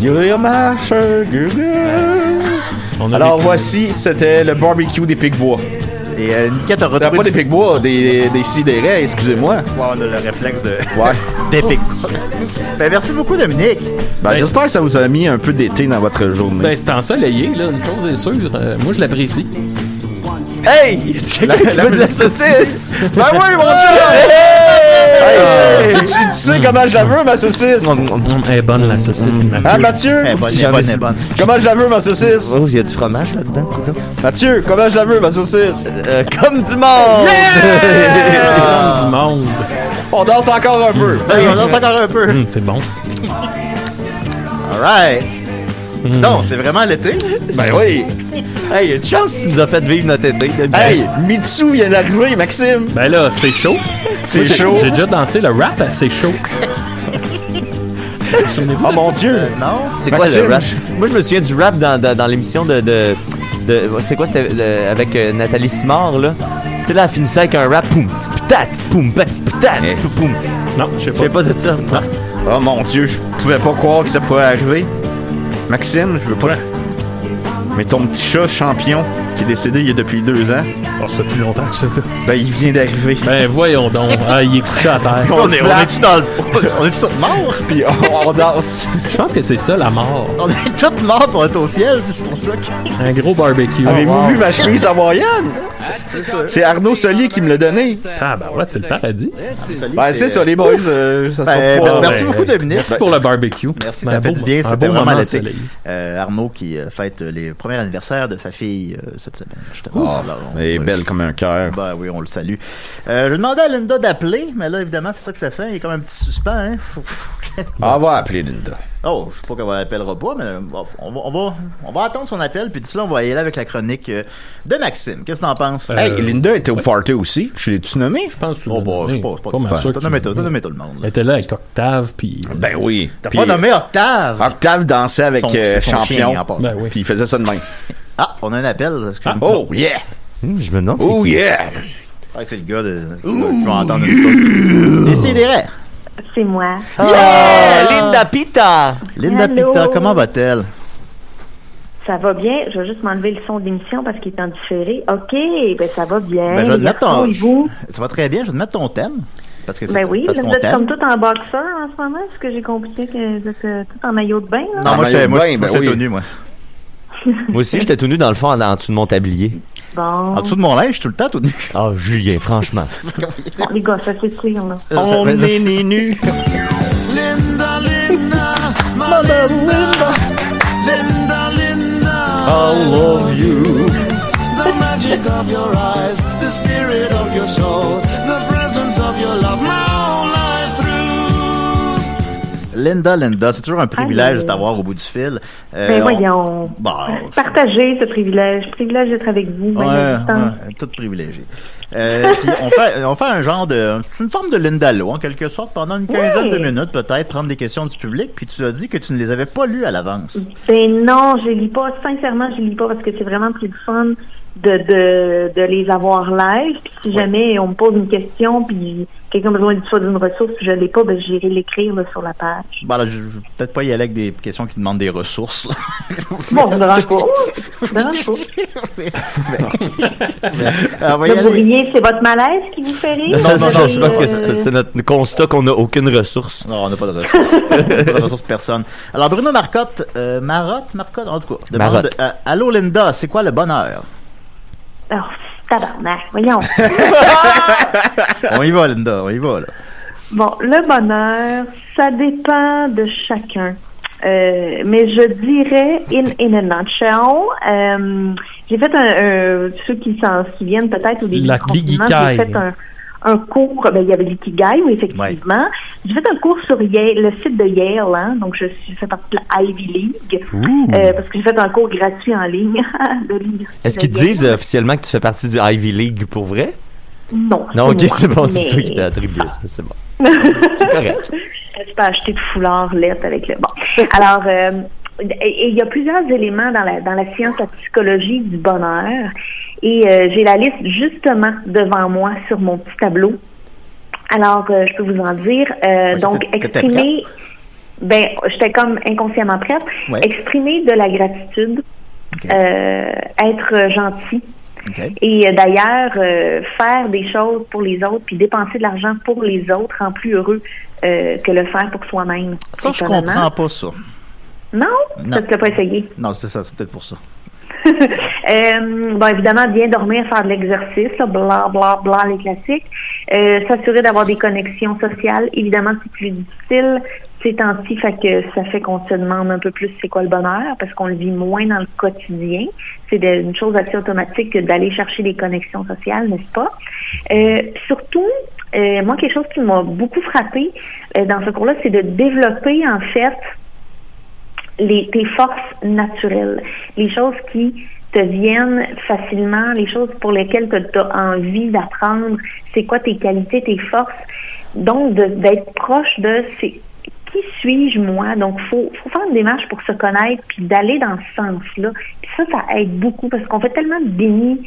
You're my sugar girl.
On a
Alors
des-
voici, c'était le barbecue des Pigbois.
Et euh, Niquette a
Ah,
retrouvé...
Pas des
du-
Pigbois, des, des sidérés, excusez-moi.
Ouais, on a le réflexe de...
Ouais.
Des pics. ben merci beaucoup, Dominique.
Ben, j'espère que ça vous a mis un peu d'été dans votre journée.
Ben, c'est ensoleillé, là, une chose est sûre. Euh, moi, je l'apprécie.
Hey!
la
La, de la
musique.
saucisse!
Ben oui, mon chum! Hey, tu, tu sais comment je la veux, ma saucisse?
Mm, Elle est bonne, la saucisse, Mathieu.
Hein, Mathieu?
Eh, bonne,
Si
eh,
jamais
bonne,
c'est-
eh, bonne.
Comment je la veux, ma saucisse?
Oh, il y a du fromage là-dedans, coudonc?
Mathieu, comment je la veux, ma saucisse?
Euh, comme du monde!
Comme
ben,
du monde.
On danse encore un peu.
Hey, on danse encore un peu.
Mm, c'est bon.
All right. Donc, c'est vraiment l'été.
Ben oui.
Hey, y a une chance que tu nous as fait vivre notre été. Dominique.
Hey, Mitsu vient d'arriver, Maxime.
Ben là, c'est chaud.
C'est
J'ai-
chaud.
[LAUGHS]
J'ai déjà dansé le rap à C'est chaud. Souvenez-vous
Oh
de
mon
ça?
dieu!
Euh, non?
C'est quoi
Maxime.
le rap? Moi, je me souviens du rap dans, dans, dans l'émission de. de, de c'est quoi, c'était euh, avec euh, Nathalie Simard, là? Tu sais, là, elle finissait avec un rap. Poum, tsi, poutat, tsi, poum, pat, tsi, poutat, tsi, pou, poum.
Non, je
Tu fais
sais pas.
pas de ça? moi?
Oh mon dieu, je pouvais pas croire que ça pouvait arriver. Maxime, je veux pas. Mais ton petit chat champion, qui est décédé il y a depuis deux ans,
Oh, ça fait plus longtemps que ça, là.
ben il vient d'arriver. [LAUGHS]
Ben, voyons donc. Ah, il est couché à terre.
[LAUGHS]
Ben,
On est- on
flatte.
est-tu
[LAUGHS]
dans le. On est-tu tous morts?
Puis on, on danse.
Je pense que c'est ça, la mort.
On est tous morts pour être au ciel, puis c'est pour ça que.
Un gros barbecue. Ah,
Avez-vous vu ma [LAUGHS] chemise hawaïenne? C'est Arnaud Soli qui me l'a donné.
Ah, ben ouais, c'est le paradis.
Ben c'est ça, les boys. euh, ça sera
Ben,
pas-
ben, merci
ben,
beaucoup, Dominique.
Merci pour le barbecue.
Merci,
Ben,
ça fait
beau-
du bien.
un
C'était
beau
vraiment
moment
l'été.
ensoleillé.
Euh, Arnaud qui euh, fête euh, les premiers anniversaires de sa fille euh, cette semaine, justement.
Oh,
Alors, on-
elle est belle comme un cœur.
Ben oui, on le salue. Euh, je demandais à Linda d'appeler, mais là, évidemment, c'est ça que ça fait. Il y a comme un petit suspens. Hein? Faut- [LAUGHS]
Ah, va appeler Linda.
Oh, je sais pas qu'on l'appellera pas, mais euh, bon, on va, on, va, on va attendre son appel, puis d'ici là, on va y aller avec la chronique euh, de Maxime. Qu'est-ce que t'en penses?
Euh,
Hey, Linda était au party aussi. Je l'ai-tu nommé?
Je pense que
oh, bah,
je
c'est pas, c'est pas, pas, T'as nommé tout- t'as nommé tout le monde.
Elle
là.
était là avec Octave, puis.
Ben oui.
T'as
Puis
pas nommé Octave!
Octave dansait avec
Son-
euh,
son
Champion.
chien, en passant.
Ben oui.
Puis il faisait ça de même.
Ah, on a un appel. excuse-moi.
Ah,
Oh yeah!
Hum, je me demande. si-
Oh yeah!
Ah, c'est le gars de... qui va- qui va entendre une fois. Décidérez.
C'est moi.
Yeah! Eh, Linda Pita!
Linda
Allô?
Pita, comment va-t-elle?
Ça va bien. Je vais juste m'enlever le son d'émission parce qu'il est en différé. OK, ben ça va bien.
Ben, je vais te
Merci,
mettre ton...
et vous?
Ça va très bien, je vais te mettre ton thème. Parce que c'est
Ben oui,
parce
là,
qu'on
vous êtes
t'aime.
comme tout en boxeur en ce moment. Est-ce que j'ai compris que vous êtes euh, tout en maillot de bain? Là?
Non,
En
moi,
maillot
j'étais
de
moi,
bain, ben
j'étais
oui.
tout nu, moi.
Moi aussi, j'étais tout nu dans le fond, en, en dessous de mon tablier.
Bon,
En dessous de mon linge, je suis tout le temps tout nu.
Ah, Julien, [LAUGHS] franchement.
les gars, ça fait cuire, là.
On est [LAUGHS]
nu.
Linda, Linda, c'est toujours un privilège
Allô.
de t'avoir au bout du fil. Euh,
Ben
on- Bah,
voyons.
Bon.
Partagez ce privilège. Privilège d'être avec vous.
Ouais,
Ben, à distance.
ouais, tout privilégié. Euh, [LAUGHS] puis on fait, on fait un genre de, c'est une forme de Lindalo en quelque sorte pendant une quinzaine de minutes peut-être prendre des questions du public puis tu as dit que tu ne les avais pas lues à l'avance.
Ben non, je lis pas. Sincèrement, je lis pas parce que c'est vraiment plus le fun de, de, de les avoir live. Puis si jamais on me pose une question, puis quelqu'un a besoin d'une soit d'une ressource, puis je l'ai pas, ben j'irai l'écrire là, sur
[LAUGHS]
la page.
Bon, là, je, je vais peut-être pas y aller avec des questions qui demandent des ressources. là.
Bon, ça me dérange pas. Ça me dérange pas.
Alors, euh, on va y
Là, vous
aller.
riez, c'est votre malaise qui vous fait rire?
Non, non, non,
je
c'est-
pense que
Euh,
c'est c'est notre constat qu'on n'a aucune ressource.
Non, on n'a pas de ressources. On n'a pas de ressources personne. Alors, Bruno Marcotte, euh, Marotte, Marcotte, en tout cas, demande,
Marotte.
euh, Allô, Linda, c'est quoi le bonheur?
Oh, tabarnak, voyons.
On y va, Linda, on y va, là.
Bon, le bonheur, ça dépend de chacun. Euh, mais je dirais, in, in a nutshell, euh, j'ai fait un, un- ceux qui s'en souviennent peut-être au début
La
du confinement,
l'ikigai.
j'ai fait un, un cours, ben, il y avait l'ikigai, oui, effectivement. J'ai fait un cours sur Yale, le site de Yale, hein, donc je suis fait partie de la Ivy League, euh, parce que j'ai fait un cours gratuit en ligne [LAUGHS] de l'université
Est-ce qu'ils
de Yale.
disent euh, officiellement que tu fais partie du Ivy League pour vrai?
Non,
Non, ok,
moi,
c'est bon, c'est
mais-
toi qui t'as attribué ça, c'est bon. C'est correct.
Tu peux acheter de foulard, lettres avec
[LAUGHS]
le. Bon. Alors, euh, et- et il y a plusieurs éléments dans la, dans la science, la psychologie du bonheur. Et euh, j'ai la liste justement devant moi sur mon petit tableau. Alors, euh, je peux vous en dire. Euh,
Ouais,
donc,
t'étais- t'étais
exprimer. Ben, j'étais comme inconsciemment prête.
Ouais.
Exprimer de la gratitude,
OK.
euh, être gentil.
OK.
Et euh, d'ailleurs, euh, faire des choses pour les autres, puis dépenser de l'argent pour les autres rend plus heureux euh, que le faire pour soi-même.
Ça, je
Étonnamment.
comprends pas ça.
Non,
Non.
ça tu l'as pas essayé.
Non, c'est ça, c'est peut-être pour ça.
[LAUGHS] Euh, bon, évidemment, bien dormir, faire de l'exercice, là, bla bla bla, les classiques. Euh, S'assurer d'avoir des connexions sociales, évidemment, c'est plus difficile. C'est temps-ci, fait que ça fait qu'on se demande un peu plus c'est quoi le bonheur, parce qu'on le vit moins dans le quotidien. C'est de- une chose assez automatique que d'aller chercher des connexions sociales, n'est-ce pas? Euh, surtout, euh, moi, quelque chose qui m'a beaucoup frappé dans ce cours-là, c'est de développer, en fait, les, tes forces naturelles, les choses qui te viennent facilement, les choses pour lesquelles tu as envie d'apprendre, c'est quoi tes qualités, tes forces. Donc, de- d'être proche de c'est qui suis-je moi? Donc, faut, faut faire une démarche pour se connaître, puis d'aller dans ce sens-là. Puis ça, ça aide beaucoup parce qu'on fait tellement de déni,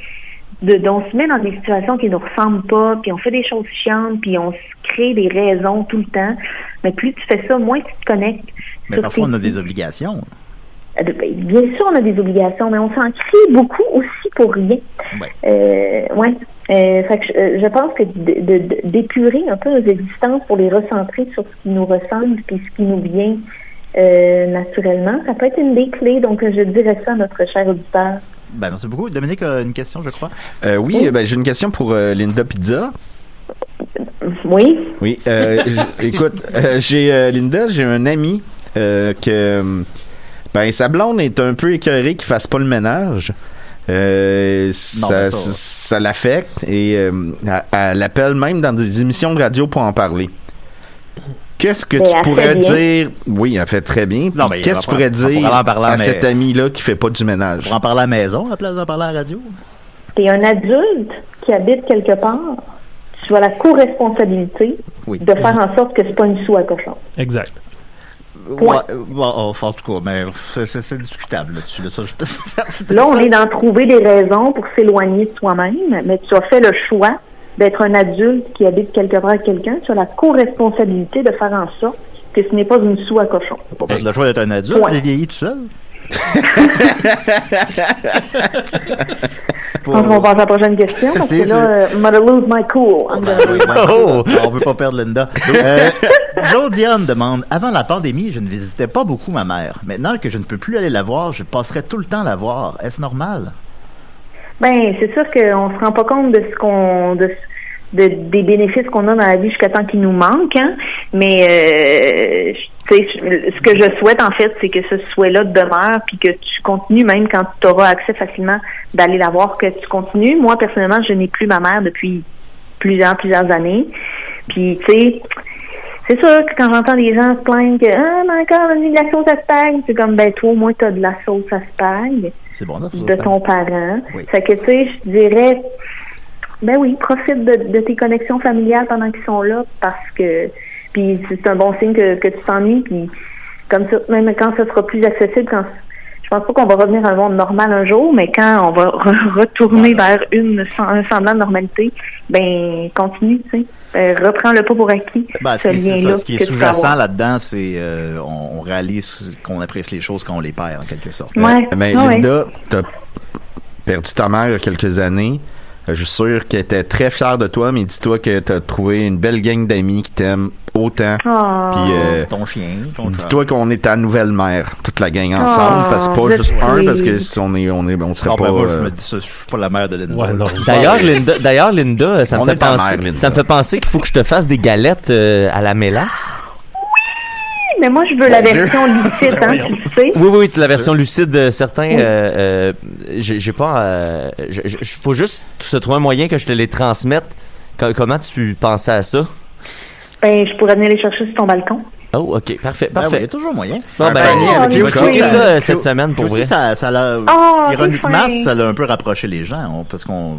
de, de- on se met dans des situations qui ne nous ressemblent pas, puis on fait des choses chiantes, puis on se crée des raisons tout le temps. Mais plus tu fais ça, moins tu te connectes.
Mais
sur
parfois,
tes-
on a des obligations.
euh, ben, Bien sûr, on a des obligations, mais on s'en crée beaucoup aussi pour rien.
Ouais.
Euh, ouais. Euh, fait que je, euh, je pense que de- de- de- d'épurer un peu nos existences pour les recentrer sur ce qui nous ressemble puis ce qui nous vient euh, naturellement, ça peut être une des clés. Donc, je dirais ça à notre cher auditeur.
Ben, merci beaucoup. Dominique a une question, je crois.
Euh, oui, euh, ben, j'ai une question pour euh, Linda Pizza.
Oui,
Oui, euh, j-
[LAUGHS]
écoute, euh, j'ai euh, Linda, j'ai un ami euh, que ben sa blonde est un peu écœurée qu'il fasse pas le ménage. Euh, ça,
mais ben, ça-
ça, ça l'affecte et euh, elle, elle appelle même dans des émissions de radio pour en parler. Qu'est-ce que
Mais
tu
Ben, elle
pourrais
fait bien.
dire Oui, elle fait très bien.
Non, ben, mais
Qu'est-ce
on
que tu pourrais
pourra- on
dire
pourra en parler,
à
mais-
cet ami là qui fait pas du ménage
Pour en parler à la maison, à la place d'en parler à la radio.
t'es un adulte qui habite quelque part. Tu as la co-responsabilité
Oui.
de faire en sorte que ce pas une sou à cochon.
Exact.
Point.
Ouais, ouais, oh, en tout cas, mais c'est- c'est c'est discutable là-dessus. Là, ça, [LAUGHS] je-
Là, on est d'en trouver des raisons pour s'éloigner de soi-même, mais tu as fait le choix d'être un adulte qui habite quelque part avec quelqu'un. Tu as la co-responsabilité de faire en sorte que ce n'est pas une sou à cochon.
Pas fait le choix d'être un adulte,
Ouais.
de vieillir tout seul.
Je pense qu'on passe à la prochaine question, parce
C'est
que là, euh, I'm gonna lose my cool. I'm gonna-
Oh! On veut pas perdre Linda. Euh, Joe Dion demande Avant la pandémie, je ne visitais pas beaucoup ma mère. Maintenant que je ne peux plus aller la voir, je passerai tout le temps la voir. Est-ce normal?
Ben, c'est sûr qu'on se rend pas compte de ce qu'on, de, ce- de- des bénéfices qu'on a dans la vie jusqu'à temps qu'il nous manque. Hein? Mais euh, je- tu sais, je- ce que je souhaite en fait, c'est que ce souhait-là demeure, puis que tu continues même quand tu auras accès facilement d'aller la voir, que tu continues. Moi personnellement, je n'ai plus ma mère depuis plusieurs plusieurs années. Puis tu sais. C'est sûr que quand j'entends des gens se plaindre que Ah, mais encore, on a mis de la sauce à spagne, c'est comme ben toi, au moins t'as de la sauce à spagne
C'est bon, là, ça,
de
ça-
ton parent.
Oui.
Fait que, tu sais, je dirais, ben oui, profite de, de tes connexions familiales pendant qu'ils sont là parce que, puis c'est un bon signe que, que tu t'ennuies, puis comme ça, même quand ce sera plus accessible, quand je pense pas qu'on va revenir à un monde normal un jour, mais quand on va re- retourner vers une sem- un semblant de normalité, ben continue, tu sais. Euh, reprends le pas pour acquis.
Ben, ce, qui est, c'est
lien-là
ça, ce qui
que
est
tu peux avoir.
sous-jacent là-dedans, c'est euh, on, on réalise qu'on apprécie les choses quand on les perd, en quelque sorte.
Ouais.
Mais
ben,
Ah ouais.
Linda, t'as perdu ta mère il y a quelques années. Euh, Je suis sûr qu'elle était très fière de toi, mais dis-toi que t'as trouvé une belle gang d'amis qui t'aiment autant.
Ah.
Puis euh,
Ton chien, ton chat.
dis-toi qu'on est ta nouvelle mère, toute la gang ensemble,
Ah,
parce que pas
je
juste
suis-
un, parce que si on est, on est, on serait
Ah,
pas.
ben, moi, je
euh,
me dis ça, je suis pas la mère de Linda.
Ouais, non.
D'ailleurs, Linda, d'ailleurs, Linda, euh, ça me
On
fait
est ta
penser,
mère, Linda.
ça me fait penser qu'il faut que je te fasse des galettes euh, à la mélasse.
Mais moi, je veux la version licite,
[LAUGHS]
hein, tu le sais.
Oui, oui, la version lucide, euh, certains, euh, euh, j'ai j'ai pas, euh, je- je- je- faut juste se trouver un moyen que je te les transmette. Co- comment tu pensais à ça
Ben, je pourrais venir les chercher sur ton balcon.
Oh, ok, parfait,
Ben oui, il y
parfait.
a toujours moyen. Ah,
Bon, ben,
panier avec
je vais
des
checker
coques.
ça euh,
Puis
cette
au-
semaine pour
puis aussi,
vrai.
Ça, ça l'a,
Oh,
ironiquement,
t'es fin.
ça l'a un peu rapproché les gens, on- parce qu'on,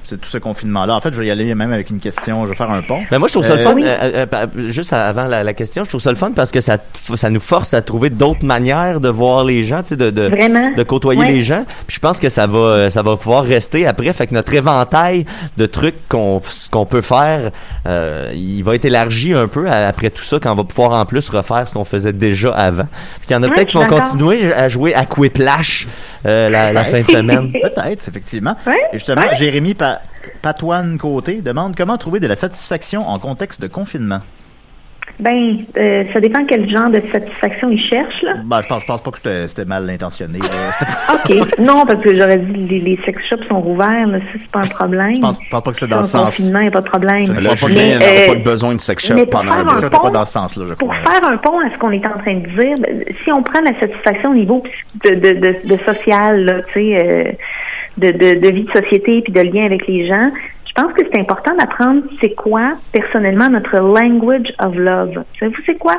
c'est tout ce confinement-là. En fait, je vais y aller même avec une question, je vais faire un pont.
Ben moi je trouve ça le
Euh,
fun,
oui.
euh, euh, euh, juste avant la, la question, je trouve ça le fun parce que ça, te- ça nous force à trouver d'autres manières de voir les gens, tu sais, de, de,
Vraiment.
de côtoyer
Ouais.
les gens. Puis je pense que ça va, euh, ça va pouvoir rester après. Fait que notre éventail de trucs qu'on qu'on peut faire, euh, il va être élargi un peu à- après tout ça quand on va pouvoir en plus refaire ce qu'on faisait déjà avant. Puis il y en a
Ouais,
peut-être qui
je
vont
suis d'accord.
continuer à jouer à Quiplash euh, la, la fin de
[LAUGHS]
semaine.
Peut-être, effectivement.
Ouais,
Et justement,
ouais.
Jérémy Pa- Patoine Côté demande comment trouver de la satisfaction en contexte de confinement.
Ben, euh, ça dépend quel genre de satisfaction ils cherchent, là.
Ben, je pense, je pense pas que c'était- c'était mal intentionné. là.
[LAUGHS]
C'était-
OK. [LAUGHS] non, parce que j'aurais dit les, les sex shops sont rouverts, là, ça, c'est pas un problème.
Je pense, je pense pas que c'était
Ils sont
dans
en
ce sens.
confinement, il n'y a pas de problème.
Là,
je
Mais,
Julien n'aurait
euh,
pas de besoin de sex shop
mais pour
pendant
faire
la
un
Ça, c'était
pont,
pas dans ce sens-là, je
Pour
crois.
faire un pont à ce qu'on est en train de dire, ben, si on prend la satisfaction au niveau de, de, de, de social, là, tu sais, euh, de, de, de vie de société puis de lien avec les gens, je pense que c'est important d'apprendre c'est quoi, personnellement, notre language of love. Savez-vous c'est quoi?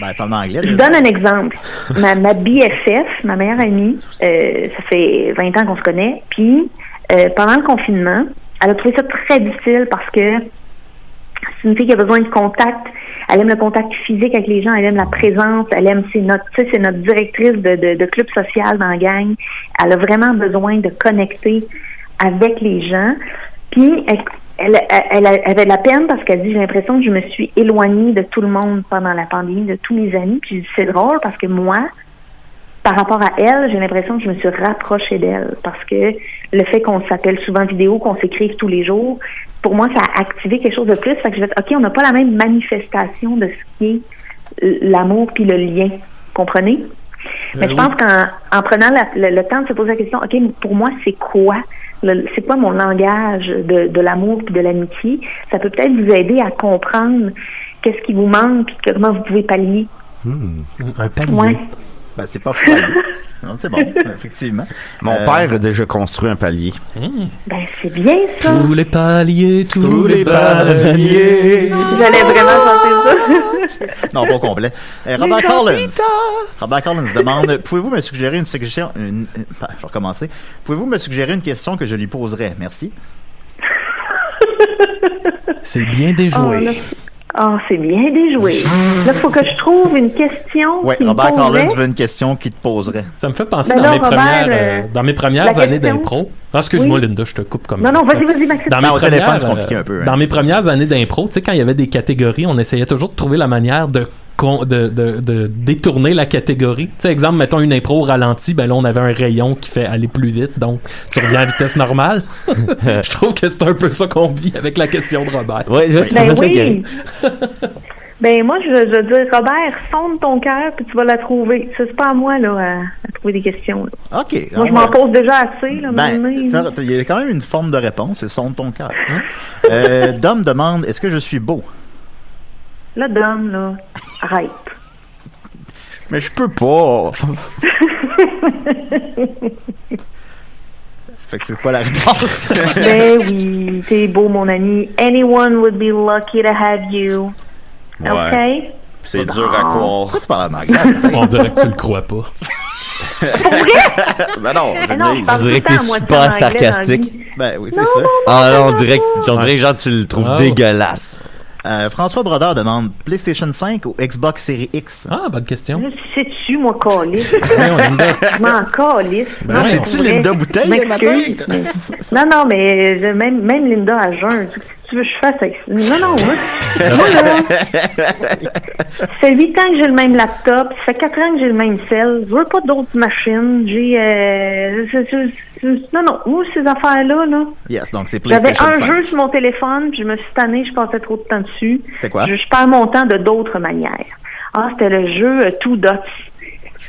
Ben, c'est en anglais.
Je
là.
donne un exemple. Ma, ma BFF, ma meilleure amie, euh, ça fait 20 ans qu'on se connaît, puis euh, pendant le confinement, elle a trouvé ça très difficile parce que
c'est une fille qui a besoin de contact. Elle aime le contact physique avec les gens, elle aime la présence, elle aime, c'est notre, tu sais, c'est notre directrice de, de, de club social dans la gang. Elle a vraiment besoin de connecter avec les gens. Puis, elle, elle, elle- elle avait de la peine parce qu'elle dit, j'ai l'impression que je me suis éloignée de tout le monde pendant la pandémie, de tous mes amis. Puis, je dis, c'est drôle parce que moi, par rapport à elle, j'ai l'impression que je me suis rapprochée d'elle parce que le fait qu'on s'appelle souvent vidéo, qu'on s'écrive tous les jours, pour moi, ça a activé quelque chose de plus. Fait que je vais, OK, on n'a pas la même manifestation de ce qui est euh, l'amour puis le lien. Comprenez?
Ben
Mais je pense qu'en en prenant la- le, le temps de se poser la question, OK, mais pour moi, c'est quoi? Le- C'est quoi mon langage de, de l'amour puis de l'amitié? Ça peut peut-être vous aider à comprendre qu'est-ce qui vous manque puis que- comment vous pouvez pallier.
Hmm. Un palier.
Ouais.
Ben, c'est pas froid. non, c'est
[LAUGHS]
bon, effectivement.
Mon
Euh,
père a déjà construit un palier.
Ben, c'est bien ça.
Tous les paliers, tous, les
paliers.
J'allais vraiment sentir ça.
Non, pas au complet. Euh, Robert Collins. Robert Collins demande Pouvez-vous me suggérer une suggestion une- une- bah, Je vais recommencer. Pouvez-vous me suggérer une question que je lui poserais Merci.
C'est bien déjoué.
Ah, c'est bien déjoué. Là, faut que je trouve une question.
Ouais,
qui me
Robert
posait.
Collins veut une question qu'il te poserait.
ça me fait penser
Ben
dans,
là,
mes
Robert,
premières, euh,
euh,
dans mes
la
premières
question-
années d'impro. Ah, excuse-moi,
Oui.
Linda, je te coupe comme
Non, non, vas-y, vas-y, Maxime.
dans mes,
Non, au téléphone,
premières,
c'est compliqué
euh,
un peu, hein,
dans mes
c'est ça.
premières années d'impro, tu sais, quand il y avait des catégories, on essayait toujours de trouver la manière de, con- de, de- de détourner la catégorie. Tu sais, exemple, mettons une impro au ralenti, ben là, on avait un rayon qui fait aller plus vite, donc tu reviens à vitesse
[LAUGHS]
normale. Je trouve que c'est un peu ça qu'on vit avec la question de Robert.
Ouais, juste
Ben
ça, Gary.
oui. [LAUGHS] ben moi, je, je veux dire, Robert, sonde ton cœur, puis tu vas la trouver. Ça, c'est pas à moi, là, à, à trouver des questions. là.
OK.
Moi, je
on va-
m'en pose déjà assez, là,
Ben,
maintenant.
t'as- t'as- il y a quand même une forme de réponse, c'est son de ton cœur. hein. Euh, Dom demande Est-ce que je suis beau
Là, Dom,
[LAUGHS]
là, arrête.
Mais je peux pas.
Fait que c'est quoi la
[LAUGHS]
réponse
ben oui, t'es beau, mon ami. Anyone would be lucky to have you. OK?
C'est dur à croire.
Pourquoi tu parles en anglais
On dirait que tu le crois pas.
Ben non,
Eh non, je parle
dirait
tout le
que t'es
temps à moitié en
super
anglais dans la
sarcastique.
vie.
Ben oui, c'est ça.
Ah non, on dirait, que- on dirait que genre, tu le trouves
Ah ouais.
dégueulasse.
Euh, François Brodeur demande PlayStation 5 ou Xbox Series X
Ah, bonne question.
Là, tu sais-tu, moi, calice? je m'en calisse. Non,
ouais,
c'est
c'est-tu
pour vrai.
Linda Bouteille, le
M'excuse,
matin?
mais- [LAUGHS] Non, non, mais euh, même, même Linda à jeun, tu- tu veux que je fasse avec... Non, non, moi, moi, là, ça fait huit ans que j'ai le même laptop, ça fait quatre ans que j'ai le même sel, je veux pas d'autres machines, j'ai... euh, je- je- je- non, non, moi, ces affaires-là, là,
Yes, donc c'est
j'avais
PlayStation
un
5.
jeu sur mon téléphone, puis je me suis tannée, je passais trop de temps dessus.
C'est quoi?
Je, je perds mon temps de d'autres manières. Ah, c'était le jeu euh, Two Dots.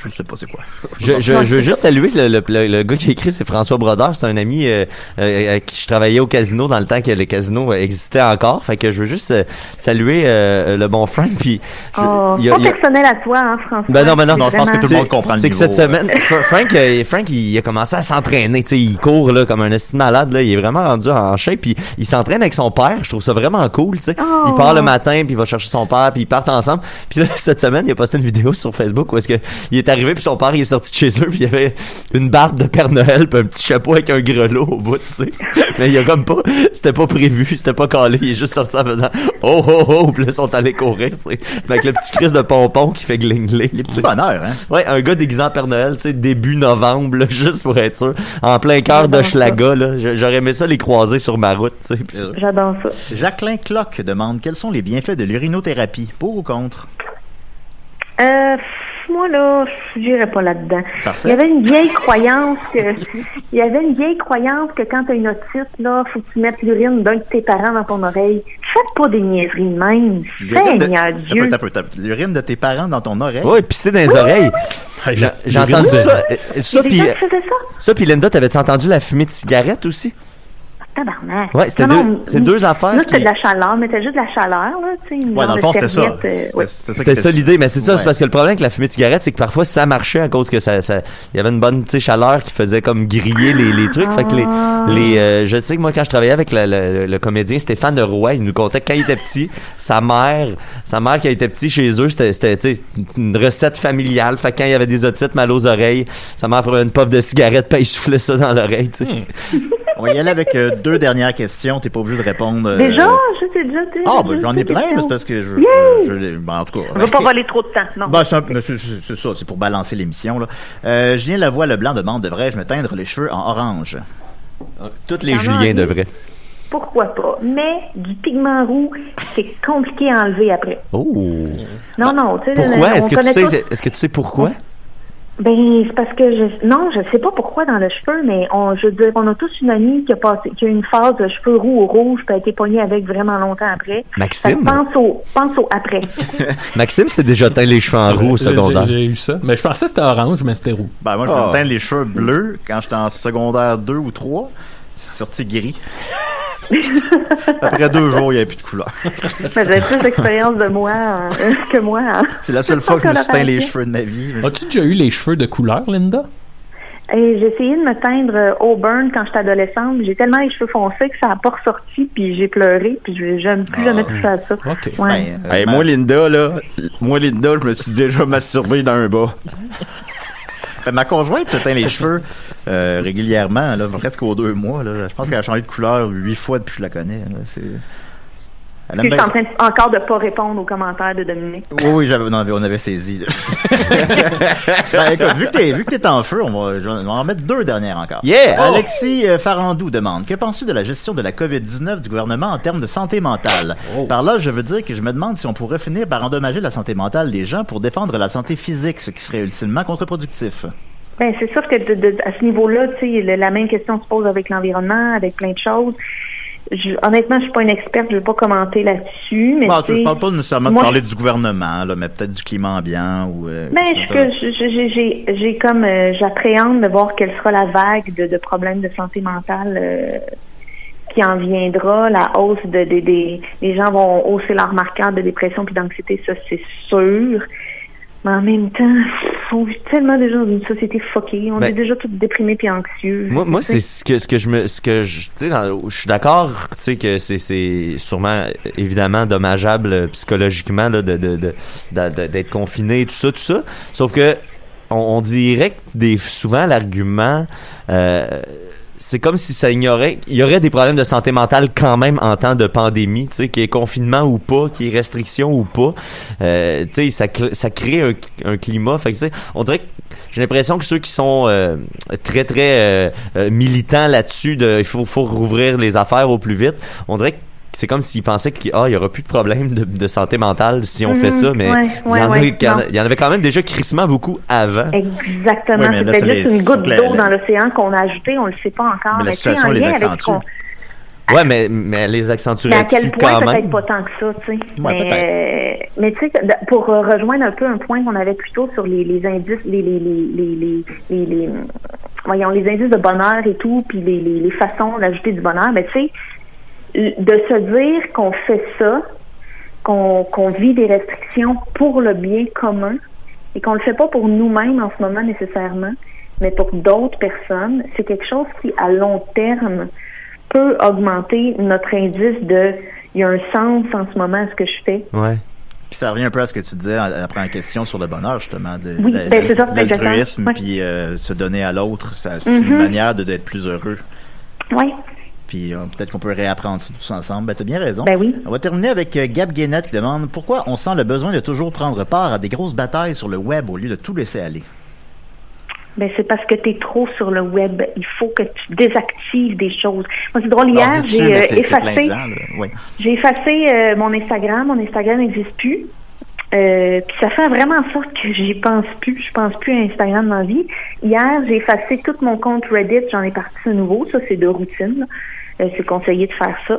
Je sais pas c'est quoi.
Je, je, je veux juste saluer le, le, le- le gars qui a écrit, c'est François Brodeur. C'est un ami euh, euh, avec qui je travaillais au casino dans le temps que le casino euh, existait encore. Fait que je veux juste euh, saluer euh, le bon Frank. Puis, je-
Oh,
il y a-
pas
il y a-
personnel à toi, hein, François.
Ben non, ben non,
C'est
non,
je pense que
vraiment-
tout le monde comprend le
C'est que
niveau,
cette
euh.
semaine, Fr- Frank, euh, Frank, il a commencé à s'entraîner. Tu sais, il court là comme un esti malade. Là, il est vraiment rendu en shape. Puis il s'entraîne avec son père. Je trouve ça vraiment cool. Tu sais,
Oh.
il part le matin, puis il va chercher son père, puis ils partent ensemble. Puis là, [LAUGHS] cette semaine, il a posté une vidéo sur Facebook où est-ce que il est arrivé, puis son père il est sorti de chez eux, puis il avait une barbe de Père Noël, puis un petit chapeau avec un grelot au bout. Tu sais, mais il a comme pas, c'était pas prévu, c'était pas calé. Il est juste sorti en faisant oh oh oh, puis là, ils sont allés courir. Tu sais, avec le petit Chris de pompon qui fait glingler. tu sais.
C'est bonheur, hein?
Ouais, un gars déguisé en Père Noël, tu sais, début novembre, là, [LAUGHS] juste pour être sûr. En plein cœur de Schlaga, là. Je- J'aurais aimé ça les croiser sur ma route, tu sais. Puis-
J'adore ça.
Jacqueline Clock demande quels sont les bienfaits de l'urinothérapie, pour ou contre?
Euh, pff, moi, là, j'irai pas là-dedans.
Parfait.
Il y avait une vieille croyance que, [LAUGHS] il y avait une vieille croyance que quand t'as une otite, là, faut que tu mettes l'urine d'un de tes parents dans ton oreille. Faites pas des niaiseries de même.
L'urine de-
Seigneur
T'as
Dieu. Oh.
peu, t'as peu, t'as peu. L'urine de tes parents dans ton oreille.
Ouais, pisser dans les oreilles.
Hey,
J'ai-
j'ai-
J'ai entendu
j'ai-
ça. euh,
Il y
Ça,
a des
puis
gens qui faisaient ça?
ça, puis Linda, t'avais-tu entendu la fumée de cigarette aussi?
Tabarnak.
Ouais, c'était
Non,
deux-
non,
c'est deux affaires
Là, c'était
qui-
de la chaleur, mais c'était juste de la chaleur, là, tu sais. une
Ouais, dans
genre
le
de
fond, c'était ça.
serviette, euh,
C'était
ouais.
c'était
C'était
que
ça
tu-
l'idée, mais c'est ça,
Ouais.
c'est parce que le problème avec la fumée de cigarette, c'est que parfois ça marchait à cause que ça, ça- il y avait une bonne petite chaleur qui faisait comme griller les, les trucs. Fait que les, les, euh, je sais que moi quand je travaillais avec la- la- le, le comédien Stéphane de Roy, il nous contait que quand il était petit, [LAUGHS] sa mère, sa mère quand il était petit chez eux, c'était, c'était, tu sais, une recette familiale. Fait que quand il y [LAUGHS]
Hmm.
avait des otites mal aux oreilles, sa mère prenait une puff de cigarette, puis il soufflait ça dans l'oreille. tu sais.
on va y aller avec euh, deux dernières questions. T'es pas obligé de répondre. euh,
Déjà, je sais déjà. tu sais,
Ah,
j'ai
ben,
déjà
j'en ai
ces
plein,
questions.
mais c'est parce que je.
Yay!
je- je- ben, en tout cas.
On ne va pas voler trop de temps, non.
Ben, c'est un peu- mais c'est- c'est c'est ça, c'est pour balancer l'émission. là. Euh, Julien Lavoie Leblanc demande devrais-je me teindre les cheveux en orange
Toutes les
Ça va,
Juliens
oui.
devraient.
Pourquoi pas? Mais du pigment roux, c'est compliqué à enlever après.
Oh!
Non, non, tu sais,
Pourquoi?
Euh, on
Est-ce que, tu
connaît tous-
sais, est-ce que tu sais pourquoi?
Ben, c'est parce que je. Non, je sais pas pourquoi dans le cheveu, mais on, je veux dire, on a tous une amie qui a, passé, qui a eu une phase de cheveux roux ou rouge, puis a été pognée avec vraiment longtemps après. Fait que
Maxime?
pense au, pense au après.
Maxime s'est déjà teint les cheveux en roux au
J'ai-
secondaire.
J'ai eu ça. Mais je pensais que c'était orange, mais c'était roux.
Ben, moi, je vais
Ah.
me teindre les cheveux bleus quand j'étais en secondaire 2 ou 3. C'est sorti gris. Après deux jours, il n'y avait plus de couleur.
Mais J'ai plus d'expérience de moi hein, [LAUGHS] que moi. hein.
C'est la seule
Sans
fois que je me suis teint les
coloration.
cheveux de ma vie.
As-tu déjà eu les cheveux de couleur, Linda?
Et j'ai essayé de me teindre euh, au burn quand j'étais adolescente. J'ai tellement les cheveux foncés que ça n'a pas ressorti, puis j'ai pleuré, puis je j'aime plus jamais toucher à ça.
Ok.
Ouais.
Ah. Ben, euh,
Hey, moi, Linda, là, moi, Linda, je me suis déjà masturbé dans un bas.
Ben, ma conjointe se teint les cheveux euh, régulièrement, là, presque aux deux mois. Là. Je pense qu'elle a changé de couleur huit fois depuis que je la connais. là. C'est- Elle aime
Puis je
bien
suis en
ça.
train de- encore de pas répondre aux commentaires de Dominique.
Oui, oui, j'avais- on avait, on avait saisi. là. Ben, écoute, vu que t'es, vu que t'es en feu, on va, je vais- on va en mettre deux dernières encore.
Yeah!
Oh! Alexis euh, Farandou demande Que penses-tu de la gestion de la COVID-19 du gouvernement en termes de santé mentale Par là, je veux dire que je me demande si on pourrait finir par endommager la santé mentale des gens pour défendre la santé physique, ce qui serait ultimement contre-productif.
Ben, c'est sûr que de- de- à ce niveau-là, tu sais, le- la même question se pose avec l'environnement, avec plein de choses. Je- honnêtement, je suis pas une experte, je vais pas commenter là-dessus, mais
Bon,
tu
tu- je
sais,
parle pas nécessairement
moi-
de parler du gouvernement, là, mais peut-être du climat ambiant ou. euh,
ben,
quelque
je-
chose comme
que je- je- j'ai- j'ai j'ai comme euh, j'appréhende de voir quelle sera la vague de, de problèmes de santé mentale euh, qui en viendra, la hausse de, des des- les gens vont hausser leur marqueur de dépression puis d'anxiété, ça c'est sûr. Mais en même temps, on vit tellement déjà dans une société fuckée, on
Ben,
est déjà tous déprimés puis anxieux.
Moi, moi
Tu sais.
c'est ce que, ce que je me, ce que je, tu sais, dans- je suis d'accord, tu sais, que c'est, c'est sûrement, euh, évidemment, dommageable euh, psychologiquement, là, de, de, de- d'a- de- d'être confiné, tout ça, tout ça. Sauf que, on, on dirait que des, souvent l'argument, euh, c'est comme si ça ignorait. Il y aurait des problèmes de santé mentale quand même en temps de pandémie, tu sais, qu'il y ait confinement ou pas, qu'il y ait restriction ou pas. Euh, tu sais, ça, cl- ça crée un, un climat. Fait que, tu sais, on dirait que j'ai l'impression que ceux qui sont euh, très, très euh, euh, militants là-dessus, de, il faut, faut rouvrir les affaires au plus vite, on dirait que c'est comme s'ils pensaient qu'il ah, il y aura plus de problème de, de santé mentale si on
Mhm,
fait ça, mais
ouais,
il,
ouais,
y en a-
ouais,
il y en a-
non.
il y en avait quand même déjà crissement beaucoup avant.
Exactement.
Oui, mais là,
c'est
c'est
peut-être juste
les-
une goutte
c'est la-
d'eau dans
la-
l'océan qu'on a ajoutée, on le sait pas encore.
Mais la
tu sais,
situation
en
les
lien avec ce
accentue.
qu'on-
Ouais, mais, mais les
Mais à quel
accentuerais-tu
point,
quand même?
peut-être pas tant que ça, tu sais.
Ouais,
mais euh, mais tu sais, de- pour euh, rejoindre un peu un point qu'on avait plus tôt sur les, les indices, les, les, les, les, les, les- les- euh, voyons, les indices de bonheur et tout, puis les, les, les façons d'ajouter du bonheur, mais tu sais, de se dire qu'on fait ça, qu'on qu'on vit des restrictions pour le bien commun et qu'on le fait pas pour nous-mêmes en ce moment nécessairement, mais pour d'autres personnes, c'est quelque chose qui, à long terme, peut augmenter notre indice de il y a un sens en ce moment à ce que je fais.
Ouais.
Puis ça revient un peu à ce que tu disais en- après en question sur le bonheur, justement, de
Oui,
la-
ben, c'est ça,
l'altruisme,
exactement.
puis euh, se donner à l'autre, ça, c'est une
Mhm.
manière de- d'être plus heureux.
Oui,
Puis euh, peut-être qu'on peut réapprendre ça tous ensemble. Ben, t'as bien raison.
ben oui.
On va terminer avec euh, Gab Guénette qui demande pourquoi on sent le besoin de toujours prendre part à des grosses batailles sur le web au lieu de tout laisser aller.
Ben, c'est parce que tu es trop sur le web. Il faut que tu désactives des choses. Moi, c'est drôle,
Alors,
hier,
dis-tu,
j'ai
mais
euh,
c'est- c'est plein de
effacé,
gens, là. Ouais.
j'ai effacé euh, mon Instagram. Mon Instagram n'existe plus. Euh, puis ça fait vraiment en sorte que j'y pense plus. Je pense plus à Instagram dans la vie. Hier, j'ai effacé tout mon compte Reddit. J'en ai parti de nouveau. Ça, c'est de routine. là. Euh, c'est conseillé de faire ça.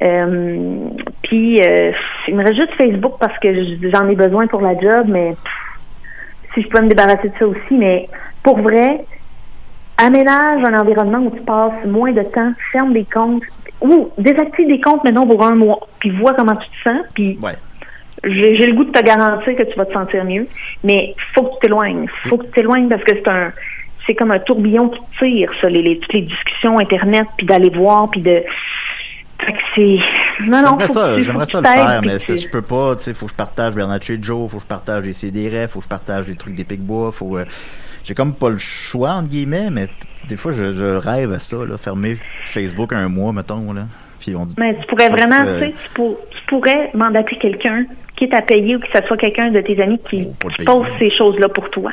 Euh, puis, euh, il me reste juste Facebook parce que j- j'en ai besoin pour la job, mais pff, si je peux me débarrasser de ça aussi. Mais pour vrai, aménage un environnement où tu passes moins de temps, ferme des comptes, ou désactive des comptes maintenant pour un mois, puis vois comment tu te sens, puis
Ouais.
j'ai j'ai le goût de te garantir que tu vas te sentir mieux, mais faut que tu t'éloignes. Faut que tu t'éloignes parce que c'est un c'est comme un tourbillon qui te tire, ça, les, les- toutes les discussions Internet, puis d'aller voir, puis de. Fait que c'est. Non, non,
J'aimerais
faut
ça,
que tu-
j'aimerais
faut
ça
que
le
tu t'aides,
faire,
puis
mais est-ce
tu-
que je peux pas, tu sais, faut que je partage Bernard chez Joe, faut que je partage les CDR, faut que je partage les trucs des Picbois, faut euh, j'ai comme pas le choix, entre guillemets, mais t- des fois, je, je rêve à ça, là, fermer Facebook un mois, mettons, là. Puis on dit,
Mais tu pourrais
Parce
vraiment,
que-
tu sais, tu, pour- tu pourrais mandater quelqu'un, quitte à payer ou que ce soit quelqu'un de tes amis qui,
Oh, pas le
qui
payer.
pose ces choses-là pour
[LAUGHS]
toi.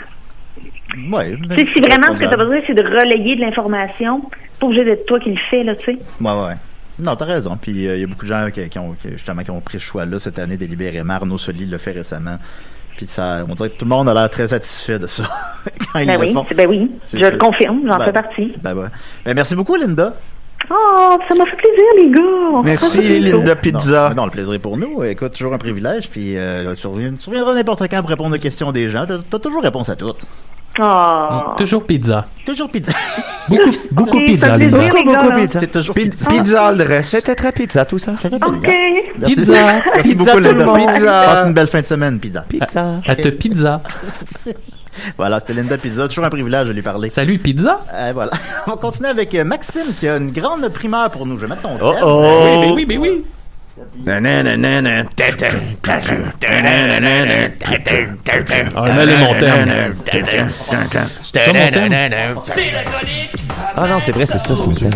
ouais.
Mm. Tu sais, si vraiment ce que tu as besoin, c'est de relayer de l'information, pas obligé d'être toi qui le fais, là, tu sais.
Ouais, ouais, ouais. Non, t'as raison. Puis il y a beaucoup de gens qui, qui ont, qui, justement, qui ont pris ce choix-là cette année délibérément. Arnaud Soli l'a fait récemment. Puis ça, on dirait que tout le monde a l'air très satisfait de ça [LAUGHS] quand ils
Ben
le
oui,
font.
c'est- ben oui, je
C'est
le
sûr.
confirme, j'en
Ben,
fais partie.
Ben, ouais. Ben, merci beaucoup, Linda.
Oh, ça m'a fait plaisir, les gars. On se
Merci,
revoit bientôt.
Linda
Non,
Pizza.
mais non, le plaisir est pour nous. Écoute, toujours un privilège. Puis euh, tu, reviens- tu reviendras n'importe quand pour répondre aux questions des gens. T'as t'as toujours réponse à toutes.
Oh.
Toujours pizza.
Toujours pizza.
Beaucoup, beaucoup
Ok,
pizza,
ça me
Linda.
plaisir. les gars, là.
T'es toujours
Pi-
pizza.
Pizza le reste.
C'était très pizza, tout ça.
C'était
OK.
bien. Merci.
Pizza.
Merci
Pizza
beaucoup,
tout le
Linda.
monde. Pizza.
Ah,
Passe une belle fin de semaine, pizza.
Pizza.
À te pizza.
Voilà, c'était Linda Pizza. Toujours un privilège de lui parler.
Salut, pizza.
Euh, voilà. [LAUGHS] On va continuer avec euh, Maxime qui a une grande primeur pour nous. Je vais mettre ton
Oh
thème.
oh.
Ben oui, ben oui. Ah,
Nananana, tata, tata, tananana, tata, tata,
Ah, là, les montagnes.
tata, tata.
C'est ça, mon thème.
Ah non, c'est vrai, c'est ça, c'est ça.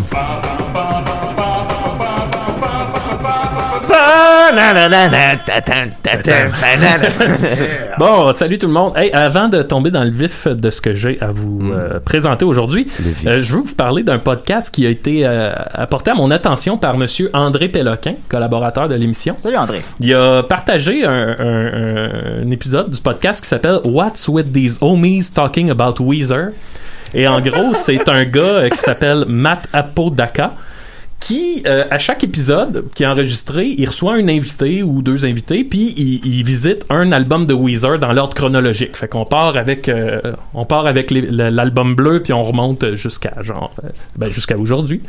Bon, salut tout le monde. Hey, avant de tomber dans le vif de ce que j'ai à vous euh, présenter aujourd'hui, euh, je veux vous parler d'un podcast qui a été euh, apporté à mon attention par Monsieur André Péloquin, collaborateur de l'émission.
Salut André.
Il a partagé un, un- un épisode du podcast qui s'appelle What's with these homies talking about Weezer. Et en gros, c'est un gars euh, qui s'appelle Matt Apodaca qui, euh, à chaque épisode qui est enregistré, il reçoit un invité ou deux invités, puis il, il visite un album de Weezer dans l'ordre chronologique. Fait qu'on part avec, euh, on part avec les- le- l'album bleu, puis on remonte jusqu'à genre, euh, ben, jusqu'à aujourd'hui,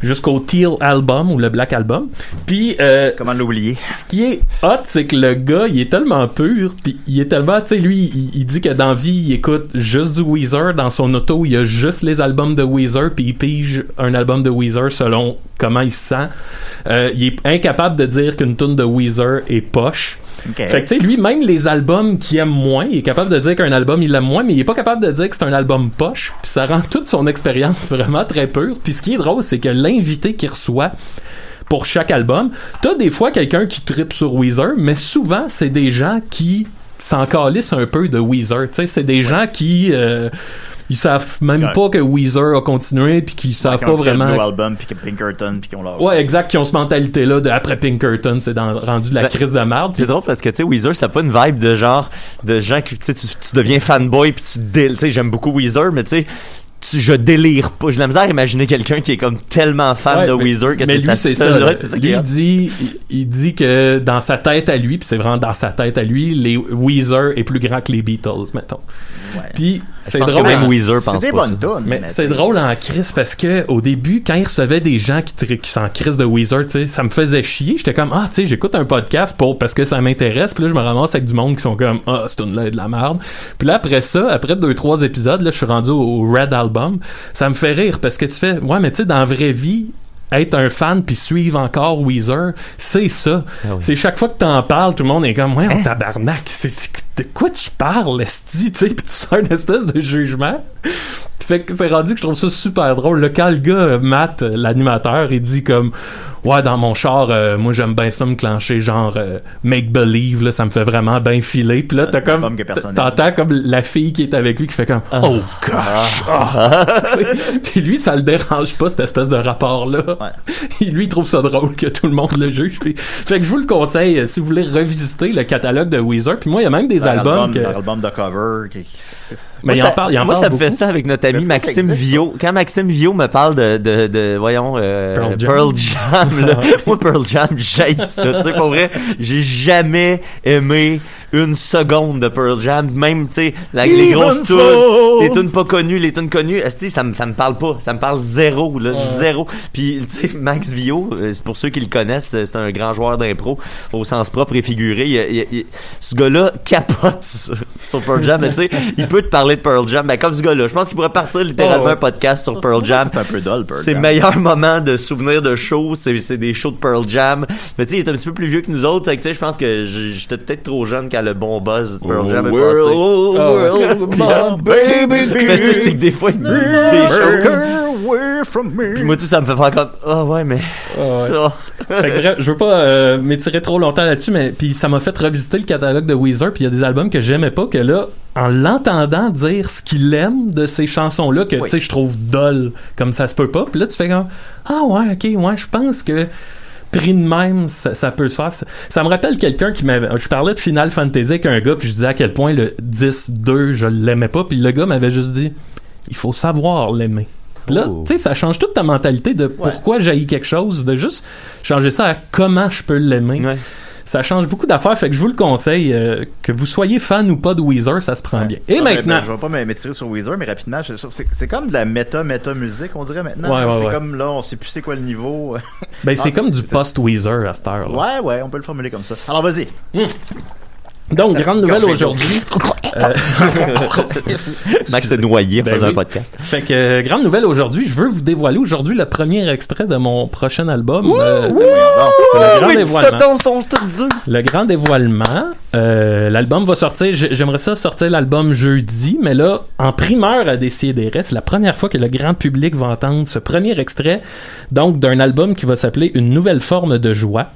jusqu'au Teal Album ou le Black Album. Puis euh,
Comment l'oublier?
ce qui est hot, c'est que le gars, il est tellement pur, puis il est tellement, tu sais, lui, il, il dit que dans vie, il écoute juste du Weezer, dans son auto, il a juste les albums de Weezer, puis il pige un album de Weezer selon comment il se sent. Euh, il est incapable de dire qu'une tune de Weezer est poche.
Ok.
Fait que, tu sais, lui, même les albums qu'il aime moins, il est capable de dire qu'un album, il l'aime moins, mais il est pas capable de dire que c'est un album poche. Puis ça rend [LAUGHS] toute son expérience vraiment très pure. Puis ce qui est drôle, c'est que l'invité qu'il reçoit pour chaque album, t'as des fois quelqu'un qui tripe sur Weezer, mais souvent, c'est des gens qui s'en calissent un peu de Weezer. Tu sais, c'est des gens qui... euh, ils savent même
Ouais.
pas que Weezer a continué, puis qu'ils savent
Qui ont
pas
fait le
vraiment
Blue album, puis que Pinkerton, puis qu'on l'a.
Ouais, exact, qui ont cette mentalité-là de après Pinkerton, c'est dans- rendu de la
Ben,
crise de merde.
C'est drôle parce que, tu sais, Weezer, ça a pas une vibe de genre, de gens qui, tu sais, tu tu deviens fanboy puis tu déles. Tu sais, j'aime beaucoup Weezer, mais tu sais, tu- je délire pas. J'ai de la misère à imaginer quelqu'un qui est comme tellement fan
Ouais,
de
mais-
Weezer que
mais
c'est
lui,
sa
c'est
seule-
ça. là.
ouais, c'est ça qui
lui,
est hot.
il dit, il, il dit que dans sa tête à lui, puis c'est vraiment dans sa tête à lui, les Weezer est plus grand que les Beatles, mettons. Puis
Je
c'est
pense
drôle.
que même
en-
Weezer
C'est
pense
des
pas
bonnes
ça.
tonnes.
Mais c'est drôle hein, en crise parce que au début, quand il recevait des gens qui, tri- qui sont en crise de Weezer, tu sais, ça me faisait chier. J'étais comme ah, tu sais, j'écoute un podcast pour parce que ça m'intéresse. Puis là, je me ramasse avec du monde qui sont comme ah, c'est une là de la merde. Puis là après ça, après deux trois épisodes, là, je suis rendu au, au Red Album. Ça me fait rire parce que tu fais ouais, mais tu sais, dans la vraie vie, être un fan puis suivre encore Weezer, c'est ça. C'est chaque fois que t'en parles, tout le monde est comme ouais, on tabarnak, c'est c'est- de quoi tu parles, esti, tu sais, puis tu sors une espèce de jugement. Fait que c'est rendu que je trouve ça super drôle. Le quand le gars, euh, Matt, euh, l'animateur, il dit comme Ouais, dans mon char, euh, moi j'aime bien ça me clencher, genre euh, make believe, là, ça me fait vraiment bien filer. Puis là, t'as
Un
comme.
album que personne
T'entends comme la fille qui est avec lui qui fait comme Oh gosh! ah. Tu sais, [LAUGHS] Puis lui, ça le dérange pas, cette espèce de rapport-là. Il- [LAUGHS] lui, il trouve ça drôle que tout le monde le juge. Puis- Fait que je vous le conseille, euh, si vous voulez revisiter le catalogue de Weezer. Puis moi, il y a même des albums que.
L'album de cover. qui- c'est- c'est-
Mais il
moi,
en
ça,
parle, il en
moi,
parle
ça me fait
beaucoup.
ça avec notre ami
Mais faut que ça
Maxime
existe,
Vio. Quand Maxime Vio me parle de, de, de voyons, euh,
Pearl Jam.
Pearl Jam,
[LAUGHS]
là, moi, Pearl Jam, j'ai ça. Tu sais, pour vrai, j'ai jamais aimé une seconde de Pearl Jam. Même, tu sais, la- les
Even
grosses tunes,
so.
les tunes pas connues, les tunes connues, esti, ça me, ça me parle pas. Ça me parle zéro, là, zéro. Puis, tu sais, Max Vio, euh, c'est pour ceux qui le connaissent, euh, c'est un grand joueur d'impro au sens propre et figuré. Il- il- il- ce gars-là capote [LAUGHS] sur sur Pearl Jam, mais tu sais, il peut te parler de Pearl Jam. Ben, comme ce gars-là, je pense qu'il pourrait partir littéralement
Oh, ouais.
un podcast sur Pearl Jam.
C'est un peu dull, Pearl
Ses
Jam.
meilleurs [LAUGHS] moments de souvenirs de shows, c'est c'est des shows de Pearl Jam. Mais tu sais, il est un petit peu plus vieux que nous autres. Fait que tu sais, je pense que j- j'étais peut-être trop jeune quand le bon buzz de Pearl Jam est passé.
World,
Ah Puis là, [LAUGHS] Mais tu sais, c'est que des fois, il dit des shows comme-
away from me.
Puis moi, tu sais, ça me fait faire comme, ah ouais, mais
Ah, ouais.
ça.
Fait que bref, je veux pas euh, m'étirer trop longtemps là-dessus, mais puis ça m'a fait revisiter le catalogue de Weezer, puis il y a des albums que j'aimais pas que là, en l'entendant dire ce qu'il aime de ces chansons-là, que tu sais, je trouve dol comme ça se peut pas, puis là tu fais comme ah ouais, ok, ouais, je pense que pris de même, ça, ça peut se faire. Ça, ça me rappelle quelqu'un qui m'avait. Je parlais de Final Fantasy avec un gars, puis je disais à quel point le 10-2, je l'aimais pas, puis le gars m'avait juste dit il faut savoir l'aimer. Puis Là,
Oh.
tu sais, ça change toute ta mentalité de pourquoi j'ai quelque chose, de juste changer ça à comment je peux l'aimer.
Ouais.
Ça change beaucoup d'affaires, fait que je vous le conseille, euh, que vous soyez fan ou pas de Weezer, ça se prend bien. Et
Non, mais
maintenant,
ben, je vais pas m- m'étirer sur Weezer, mais rapidement, je- c'est c'est comme de la méta, méta musique, on dirait maintenant.
Ouais, ouais,
c'est
ouais.
comme là, on sait plus c'est quoi le niveau.
ben, c'est
Ah,
comme du post-Weezer à cette heure-là.
ouais, ouais, on peut le formuler comme ça. Alors vas-y.
Donc, grande nouvelle
Gorgée
aujourd'hui.
Max s'est noyé en
Ben
faisant
oui.
un podcast.
Fait que, euh, grande nouvelle aujourd'hui, je veux vous dévoiler aujourd'hui le premier extrait de mon prochain album. euh,
Bon,
c'est le grand
les Oh, petits
dévoilement.
totons sont tous durs.
Le grand dévoilement, euh, l'album va sortir. j- J'aimerais ça sortir l'album jeudi, mais là, en primeur à Décider c'est la première fois que le grand public va entendre ce premier extrait, donc d'un album qui va s'appeler Une nouvelle forme de joie.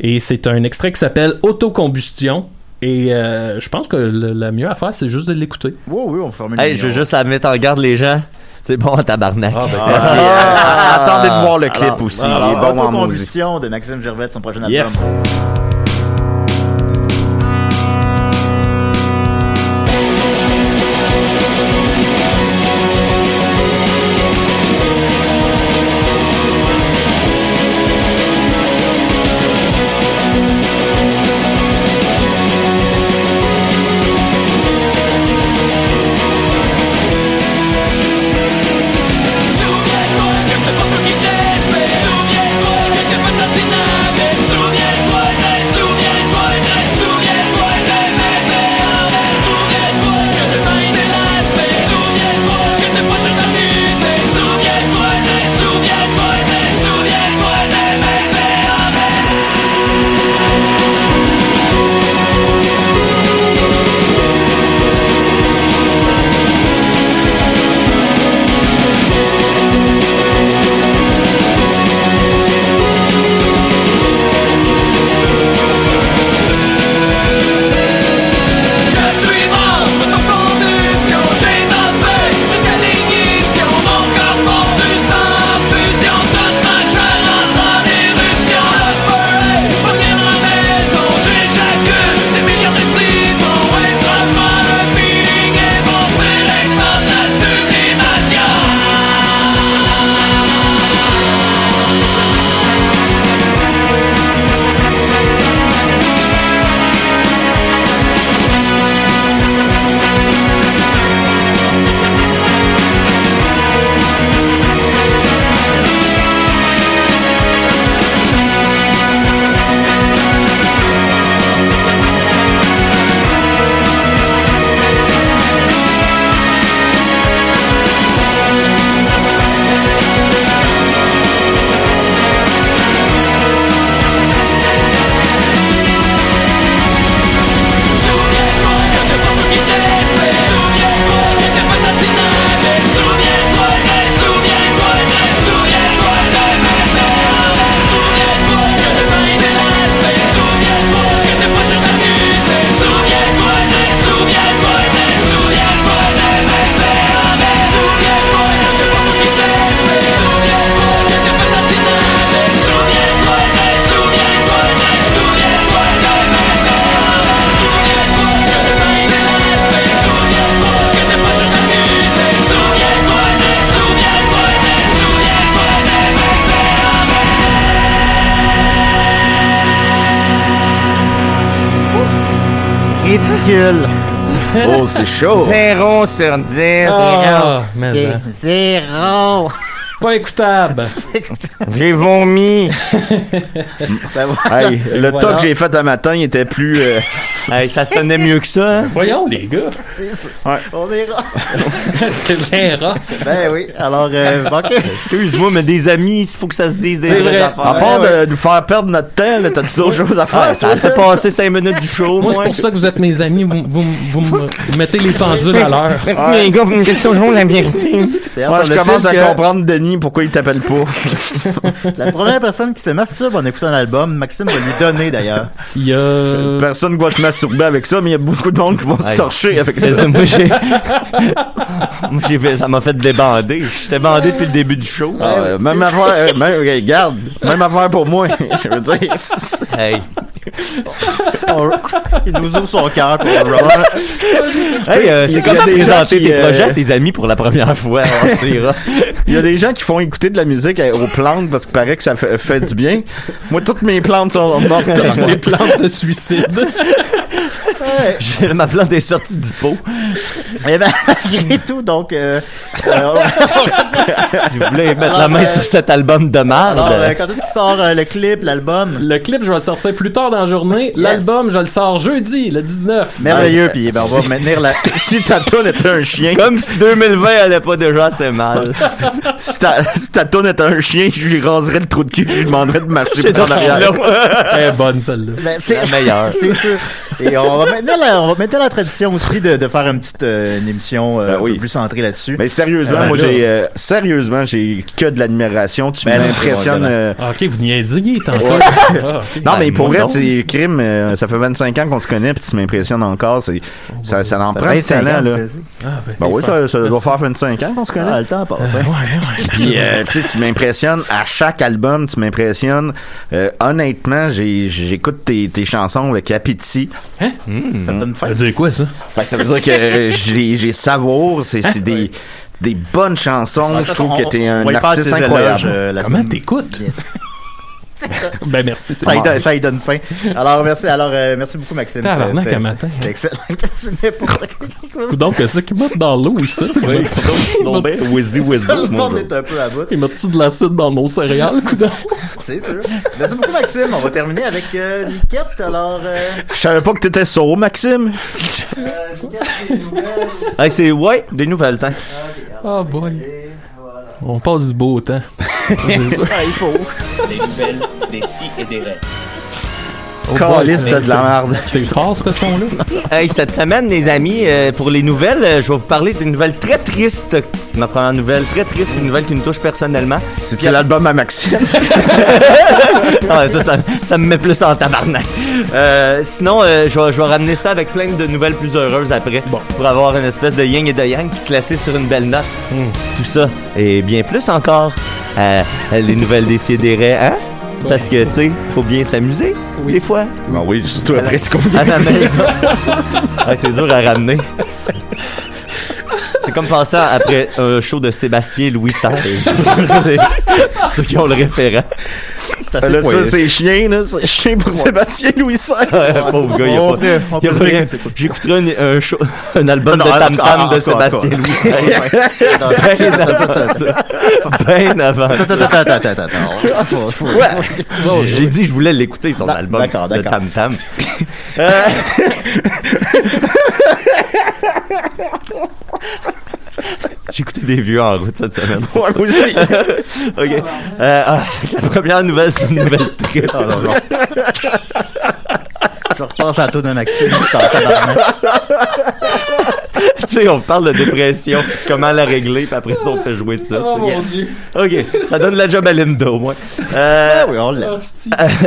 Et c'est un extrait qui s'appelle Autocombustion. Et euh, je pense que le- la mieux à faire, c'est juste de l'écouter.
oui, oui, on formule.
Hey, je veux juste la mettre en garde, les gens. C'est bon, tabarnak.
Attendez de voir le clip aussi. il est bon en musique.
combustion de Maxime Gervais de son prochain album.
Yes.
Ridicule.
Oh, c'est chaud.
Ah. Zéro sur dix.
Ah, mais hein.
Zéro.
Pas écoutable.
J'ai
[LAUGHS]
vomi.
Ben voilà. Hey, le
Voilà.
talk que j'ai fait un matin il était plus. euh,
[LAUGHS] Hey, ça sonnait mieux que ça. hein.
[LAUGHS] Voyons, les gars.
On verra.
[LAUGHS] C'est hein. bien rare.
Ben oui. Alors, euh, ok.
[LAUGHS] Excuse-moi, mais des amis, il faut que ça se dise des
C'est
vraies
vrai.
affaires.
À part de nous faire perdre notre temps, là, t'as-tu d'autres choses à faire?
Ouais, ça a fait passer 5 minutes du show.
Moi, c'est pour ça que vous êtes mes amis. Vous, vous, vous me mettez les pendules à l'heure.
Les gars, vous me dites toujours la vérité.
D'ailleurs,
Moi,
sur
je
le
commence
fait
à
que
comprendre Denis pourquoi il t'appelle
[LAUGHS]
pas.
La première personne qui se masturbe en écoutant un album, Maxime va lui donner d'ailleurs.
Il y
Ben,
a.
Personne ne va se masturber [LAUGHS] avec ça, mais il y a beaucoup de monde qui vont se
Hey.
torcher avec ça.
[LAUGHS] C'est ça, moi, j'ai... [LAUGHS] Moi, j'ai fait- ça m'a fait débander. J'étais bandé depuis le début du show.
Ah, euh, même affaire, euh, même, regarde, même affaire pour moi. [LAUGHS] Je veux dire, c'est-
Hey.
[LAUGHS]
On- Il nous ouvre son cœur [LAUGHS] pour le rock.
Hey, euh,
Il y
c'est
a
comme
des gens
présenter
qui,
tes
euh,
projets à tes amis pour la première fois. hein, c'est
[LAUGHS]
rare.
il y a des gens qui font écouter de la musique euh, aux plantes parce qu'il paraît que ça fait, fait du bien. Moi, toutes mes plantes sont mortes.
Les plantes se suicident.
J'ai- Ma plante est sortie du pot.
Eh ben, malgré tout, donc, euh, euh,
Si vous voulez mettre
Alors,
la main
euh,
sur cet album de
Ah,
merde.
ben.
alors, euh, quand est-ce qu'il sort euh, le clip, l'album?
Le clip, je vais le sortir plus tard dans la journée. L'album, je le sors jeudi, le 19.
Merveilleux, puis ben, on va maintenir la...
[LAUGHS] si ta toune était un chien,
Comme si 2020 allait pas déjà
[LAUGHS]
assez mal.
si ta, si ta toune était un chien, je lui raserais le trou de cul, je lui demanderais de marcher par l'arrière.
Eh, bonne celle-là.
[LAUGHS] Ben, c'est
La meilleure.
C'est sûr. Et on va maintenir la, on va maintenir la tradition aussi de, de faire une petite euh, une émission euh,
Ben oui.
un peu plus centrée là-dessus.
Mais sérieusement,
Ah,
moi
là.
j'ai euh, sérieusement, j'ai que de l'admiration, tu
Ben non,
m'impressionnes.
voilà.
euh,
Ah, Ok, vous niaisiez tantôt. Ah, ok.
Non, mais pour
moi
vrai,
donc.
c'est crime, euh, ça fait 25 ans qu'on se connaît puis tu m'impressionnes encore, c'est ça ça en prend du
25
talent
ans,
là.
vas-y.
Ah, ben,
Ben oui, ça, ça doit
Merci.
faire 25 ans qu'on se connaît.
Ah, le temps passe. hein.
Puis euh, tu sais, tu m'impressionnes à chaque album, tu m'impressionnes. Euh, honnêtement, j'ai- j'écoute tes, tes chansons avec appétit. Hmm.
Ça me donne faim.
Ça veut dire quoi, ça?
Fait que ça veut dire que euh, j'ai j'ai savour, c'est c'est des des bonnes chansons. Je trouve que t'es
On
un
va y faire
artiste
ses éloges,
incroyable.
euh, la
Comment
semaine-
t'écoutes? ben, merci. c'est
ça
Ah.
y,
bon.
donne, ça y donne faim. Alors, merci, alors, euh, merci beaucoup, Maxime.
Tabarnak,
C'était-
un matin.
c'était excellent. [LAUGHS] C'est n'importe quoi.
Donc, c'est qui monte dans l'eau, ça?
Wizzy
[LAUGHS]
Tout
Wizzy.
le monde est un peu à bout.
Il met-tu de l'acide dans nos céréales, coudon?
C'est sûr. Merci beaucoup, Maxime. On va terminer avec euh, Niquette. Alors, euh,
Je savais pas que t'étais sourd, Maxime.
euh, Niquette, des nouvelles.
Hey, c'est ouais, des nouvelles hein. temps.
Ah, boy. On passe du beau temps.
Ah, il faut.
Oh, boy,
Caliste,
c'est-
c'était de la merde.
C'est fort, ce son-là.
Hey, cette semaine, les amis, euh, pour les nouvelles, euh, je vais vous parler d'une nouvelle très triste. Ma première nouvelle très triste, une nouvelle qui me touche personnellement.
C'était l'album à Maxime.
Ah, ça, ça, ça me met plus en tabarnak. Euh, sinon, euh, je vais je vais ramener ça avec plein de nouvelles plus heureuses après. Bon. Pour avoir une espèce de yin et de yang, puis se laisser sur une belle note. Tout ça. Et bien plus encore. Euh, les nouvelles des hein? Parce que, tu sais, faut bien s'amuser, des fois.
Ben oui, surtout après ce qu'on
à la maison. Ah, c'est dur à ramener. C'est comme penser après un show de Sébastien Louis XVI. Ceux qui ont le référent. Euh,
Là, ça,
[LAUGHS]
c'est chien, là. C'est chien pour Sébastien Louis
Ah,
XVI.
Pauvre gars, il a
On
pas-
peut- on
il a
peut
pas
rien,
rien.
c'est cool.
J'écouterai un, un show- [LAUGHS] un album
Non,
de
non, en
Tam
tout cas, en
Tam
tout cas,
de
en
Sébastien
tout cas.
Louis XVI.
[LAUGHS]
Bien avant ça. [LAUGHS] Bien avant ça.
Attends, attends, attends, attends, attends. Faut- faut-
J'ai- J'ai dit je voulais l'écouter son
D'ac-
album
d'accord,
de
d'accord.
Tam Tam. [LAUGHS] J'ai écouté des vieux en route cette semaine.
Ouais, moi aussi.
[LAUGHS] OK. Euh, ah, fait que la première nouvelle, c'est une nouvelle triste.
Je repasse à la tour de Maxime. T'en tabarnak.
[LAUGHS] tu sais, on parle de dépression, comment la régler, puis après ça, on fait jouer ça.
Oh,
tu sais. OK, ça donne la job à Linda, au moins. Euh,
Ah oui,
[LAUGHS]
on l'aime.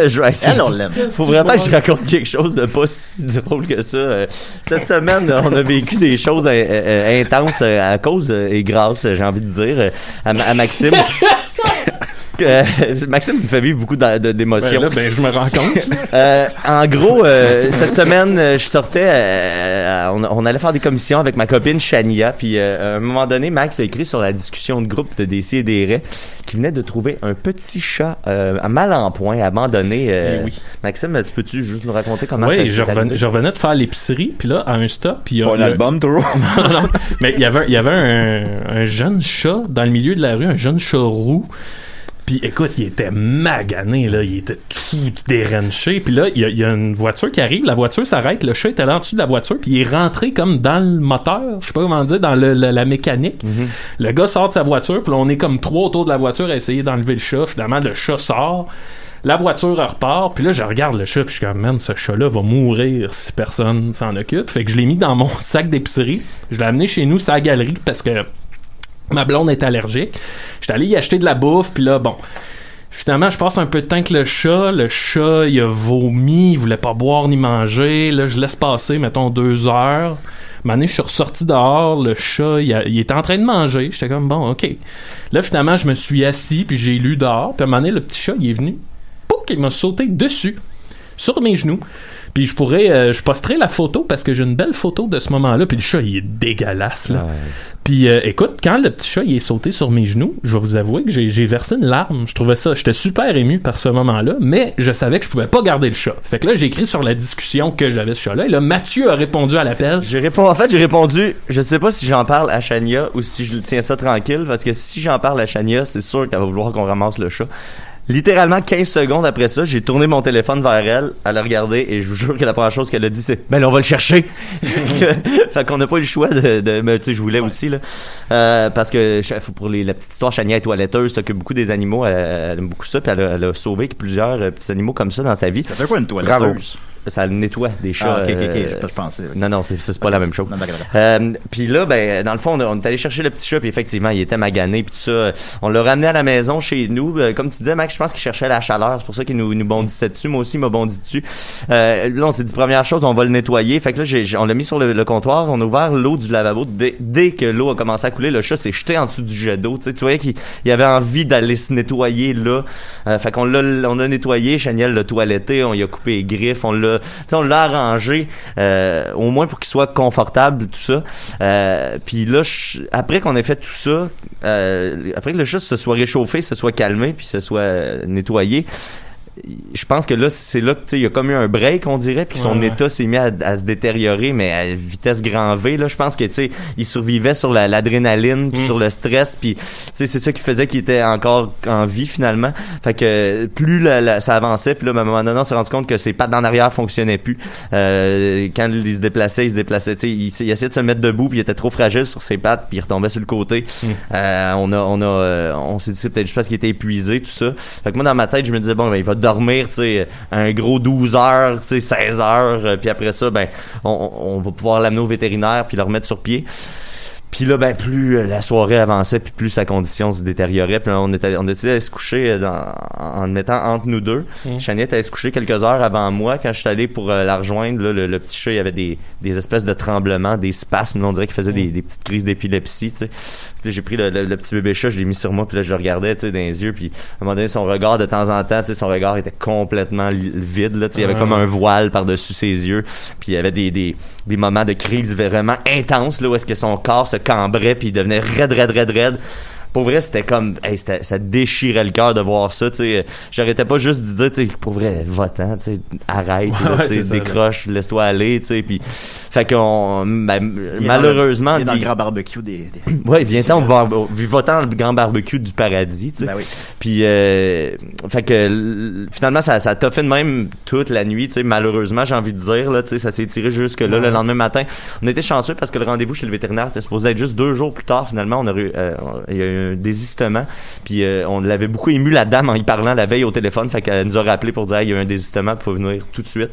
je vais essayer.
Elle, on l'aime.
Faut vraiment que je raconte quelque chose de pas si drôle que ça. Euh, Cette semaine, euh, on a vécu des choses euh,
[LAUGHS]
euh, intenses euh, à cause euh, et grâce, euh, j'ai envie de dire, euh, à, Ma- à Maxime. Euh, Maxime me fait vivre beaucoup d'a- de-
Ben
d'émotions.
là, ben, je me rends compte.
Euh, en gros, euh, cette semaine, euh, je sortais, euh, à- on, on allait faire des commissions avec ma copine Shania, puis euh, à un moment donné, Max a écrit sur la discussion de groupe de DC et des Raies qu'il venait de trouver un petit chat euh, mal en point, abandonné. euh,
Eh oui.
Maxime, tu peux-tu juste nous raconter comment ça
Oui,
s'est
je revenais,
arrivé?
je revenais de faire l'épicerie, puis là, à un stop, puis il y a
Pas un
le-
album, Toro.
[LAUGHS] Non, mais il y avait, il y avait un, un jeune chat dans le milieu de la rue, un jeune chat roux. Puis écoute, il était magané, là. Il était tout déranché. Puis là, il y, a, il y a une voiture qui arrive. La voiture s'arrête. Le chat est allé en dessous de la voiture. Puis il est rentré comme dans le moteur. Je sais pas comment dire, dans le- le- la mécanique. Le gars sort de sa voiture. Puis là, on est comme trois autour de la voiture à essayer d'enlever le chat. Finalement, le chat sort. La voiture elle repart, puis là je regarde le chat, puis je suis comme man, ce chat-là va mourir si personne s'en occupe. Fait que je l'ai mis dans mon [LAUGHS] sac d'épicerie, je l'ai amené chez nous, sa galerie, parce que ma blonde est allergique. J'étais allé y acheter de la bouffe, puis là bon. Finalement, je passe un peu de temps avec le chat. Le chat, il a vomi, il voulait pas boire ni manger. Là, je laisse passer, mettons, deux heures. Mané, je suis ressorti dehors, le chat, il, a- il était en train de manger. J'étais comme, bon, OK. Là, finalement, je me suis assis, puis j'ai lu dehors. Puis à un moment donné, le petit chat, il est venu. Pouc, il m'a sauté dessus, sur mes genoux. Puis je pourrais, euh, je posterai la photo parce que j'ai une belle photo de ce moment-là. Puis le chat, il est dégueulasse, là. Puis euh, écoute, quand le petit chat il est sauté sur mes genoux, je vais vous avouer que j'ai j'ai versé une larme. Je trouvais ça, j'étais super ému par ce moment-là, mais je savais que je pouvais pas garder le chat. Fait que là, j'ai écrit sur la discussion que j'avais ce chat-là. Et là, Mathieu a répondu à l'appel.
J'ai répondu, en fait, j'ai répondu, je sais pas si j'en parle à Shania ou si je le tiens ça tranquille, parce que si j'en parle à Shania, c'est sûr qu'elle va vouloir qu'on ramasse le chat. Littéralement 15 secondes après ça, j'ai tourné mon téléphone vers elle, elle a regardé et je vous jure que la première chose qu'elle a dit c'est Ben là, on va le chercher. [LAUGHS] fait qu'on n'a pas eu le choix de, de mais tu sais je voulais aussi là Euh, parce que je- faut- pour les, la petite histoire Chania est toiletteuse, s'occupe beaucoup des animaux, elle, elle aime beaucoup ça puis elle a, elle a sauvé plusieurs euh, petits animaux comme ça dans sa vie.
Ça fait quoi une
Bravo.
toiletteuse?
Ça le nettoie des chats.
Ah, ok, ok, ok,
euh,
je- je pensais.
non, non, c'est c'est pas la même chose.
Non, d'accord, d'accord.
Euh, puis là, ben, dans le fond, on, on est allé chercher le petit chat, puis effectivement, il était magané, puis tout ça. On l'a ramené à la maison chez nous. Euh, comme tu disais, Max, je pense qu'il cherchait la chaleur. C'est pour ça qu'il nous, nous bondissait dessus. Moi aussi, il m'a bondi dessus. Euh, là, on s'est dit, première chose, on va le nettoyer. Fait que là, j'ai- j'ai- on l'a mis sur le, le comptoir. On a ouvert l'eau du lavabo. Dès, dès que l'eau a commencé à couler, le chat s'est jeté en dessous du jet d'eau. Tu sais, tu voyais qu'il il avait envie d'aller se nettoyer là. Euh, fait qu'on l'a, on a nettoyé. Chaniel l'a toiletté. On y a coupé les griffes. On l'a, tu sais, on l'a arrangé euh, au moins pour qu'il soit confortable, tout ça. Euh, puis là, je- après qu'on ait fait tout ça, euh, après que le chat se soit réchauffé, se soit calmé, puis se soit euh, nettoyé, je pense que là, c'est là que tu sais, il y a comme eu un break, on dirait, puis son
Ouais, ouais.
état s'est mis à, à se détériorer, mais à vitesse grand V. Là, je pense que tu sais, il survivait sur la- l'adrénaline, puis
Mm.
sur le stress, puis tu sais, c'est ça qui faisait qu'il était encore en vie finalement. Fait que plus la- la- ça avançait, puis là, ben, à un moment donné, on s'est rendu compte que ses pattes en arrière fonctionnaient plus. Euh, quand il se déplaçait, il se déplaçait, tu sais, il, s- il essayait de se mettre debout, puis il était trop fragile sur ses pattes, puis il retombait sur le côté. Euh, on a, on a, euh, on s'est dit c'est peut-être juste parce qu'il était épuisé, tout ça. Fait que moi, dans ma tête, je me disais, bon, ben, il va dormir, tu sais, un gros 12 heures, tu sais, 16 heures, euh, puis après ça, ben, on, on va pouvoir l'amener au vétérinaire, puis le remettre sur pied. Puis là, ben, plus euh, la soirée avançait, puis plus sa condition se détériorait. Puis là, on, était, on a décidé d'aller se coucher euh, dans- en le mettant entre nous deux.
Mm.
Chaniette allait se coucher quelques heures avant moi. Quand je suis allé pour euh, la rejoindre, là, le, le petit chat, il y avait des, des espèces de tremblements, des spasmes. Là, on dirait qu'il faisait des, des petites crises d'épilepsie, tu sais. Puis là, j'ai pris le, le- le petit bébé chat, je l'ai mis sur moi, puis là, je le regardais, tu sais, dans les yeux. Puis à un moment donné, son regard, de temps en temps, tu sais, son regard était complètement li- vide, là, tu sais. Il y avait
Ouais.
comme un voile par-dessus ses yeux. Puis il y avait des, des, des moments de crise vraiment intenses, là, où est-ce que son corps se cambrait, puis il devenait raide, raide, raide, raide. Pour vrai, c'était comme, hey, c'était- ça déchirait le cœur de voir ça, tu sais. J'arrêtais pas juste de dire, tu sais, pour vrai, va-t'en, tu sais, arrête,
Ouais,
là,
ouais,
tu sais,
c'est ça, là.
décroche, laisse-toi aller, tu sais. Puis, fait qu'on,
Il est
ben,
dans le-
malheureusement,
il est dans le
des-
grand barbecue des.
[CLEARS THROAT]
des-
Ouais, viens-t'en au bar- au- va-t'en le grand barbecue du paradis, tu sais.
Ben oui.
Puis, euh, fait que l- finalement, ça, ça t'a fait de même toute la nuit, tu sais. Malheureusement, j'ai envie de dire, là, tu sais, ça s'est tiré jusque-là le lendemain matin. On était chanceux parce que le rendez-vous chez le vétérinaire était supposé être juste deux jours plus tard. Finalement, on a eu, euh, il y a eu un désistement. Puis, euh, on l'avait beaucoup ému, la dame, en y parlant la veille au téléphone. Fait qu'elle nous a rappelé pour dire, Hey, il y a eu un désistement, vous pouvez venir tout de suite.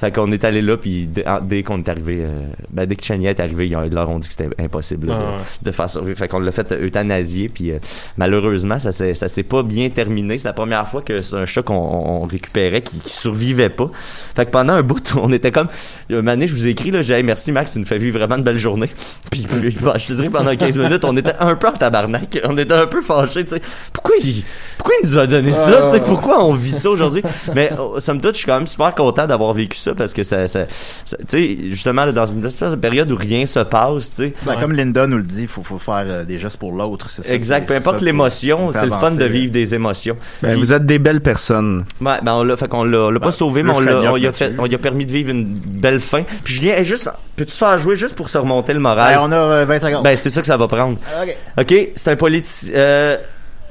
Fait qu'on est allé là, puis dès, en- dès qu'on est arrivé, euh, ben, dès que Chania est arrivé, ils ont- ils leur ont dit que c'était impossible là,
Ah
de-
ouais.
de faire survivre. Fait qu'on l'a fait euthanasier, puis euh, malheureusement, ça s'est, ça s'est pas bien terminé. C'est la première fois que c'est un chat qu'on on- on récupérait qui, qui survivait pas. Fait que pendant un bout, [LAUGHS] on était comme... Une année, je vous ai écrit, là, j'ai dit, Hey, merci Max, tu nous fais vivre vraiment une belle journée. [LAUGHS] Puis, puis, bah, je te dirais, pendant 15 minutes, on était un peu en tabarnak. On était un peu fâchés, tu sais. Pourquoi il, pourquoi pourquoi il nous a donné ça?
Ah.
Tu sais, pourquoi on vit ça aujourd'hui? Mais oh, somme toute, je suis quand même super content d'avoir vécu ça parce que ça, ça- ça- tu sais, justement, là, dans une espèce de période où rien se passe, tu sais,
Ben, Comme Linda nous le dit, il faut, faut faire euh, des gestes pour l'autre. c'est ça,
Exact,
c'est-
peu
c'est
importe
ça,
l'émotion,
pour- pour
c'est le
avancer.
fun de vivre des émotions.
Ben, vous êtes des belles personnes.
Ouais, ben on l'a, fait qu'on l'a, on l'a pas sauvé, mais on
le
l'a,
chagnoc
on y a
là-dessus.
fait, on y a permis de vivre une belle fin. Puis Julien, hey, juste, peux-tu te faire jouer juste pour se remonter le
Ben,
moral?
on a euh, 20 secondes.
Ben, c'est ça que ça va prendre.
Ok.
Ok, c'est un politicien.
[LAUGHS]
Euh,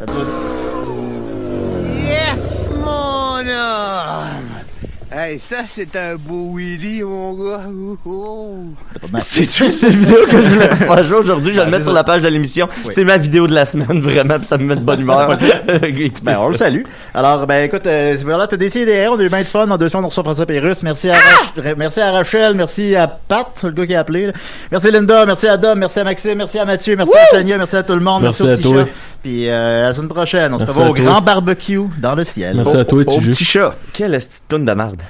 [LAUGHS]
Yes, mon homme! Hey, ça, c'est un beau Willy, mon gars. Ouh, ouh.
c'est tout, c'est une vidéo que je voulais faire jouer aujourd'hui. Je vais
Ah,
le mettre
c'est
sur
ça.
la page de l'émission.
Oui.
C'est ma vidéo de la semaine, [LAUGHS] vraiment, puis ça me met de
[LAUGHS]
bonne humeur. Écoutez
Ben, on
ça.
le salue. Alors, ben, écoute, euh, voilà, c'était décidé. On a eu bien du fun. En deux semaines, on reçoit François Pérus. Merci à, Rach- Ra- merci à Rachel. Merci à Pat, le gars qui a appelé. là. Merci Linda. Merci à Dom. Merci à Maxime. Merci à Mathieu. Merci à Tania. Merci à tout le monde.
Merci
au
à
petit
toi.
chat. Puis, euh, à la semaine prochaine. On se
Merci
revoit
à
au
toi.
grand barbecue dans le ciel.
Merci à toi,
Au
tu joues.
petit chat.
Quelle petite toune de marde.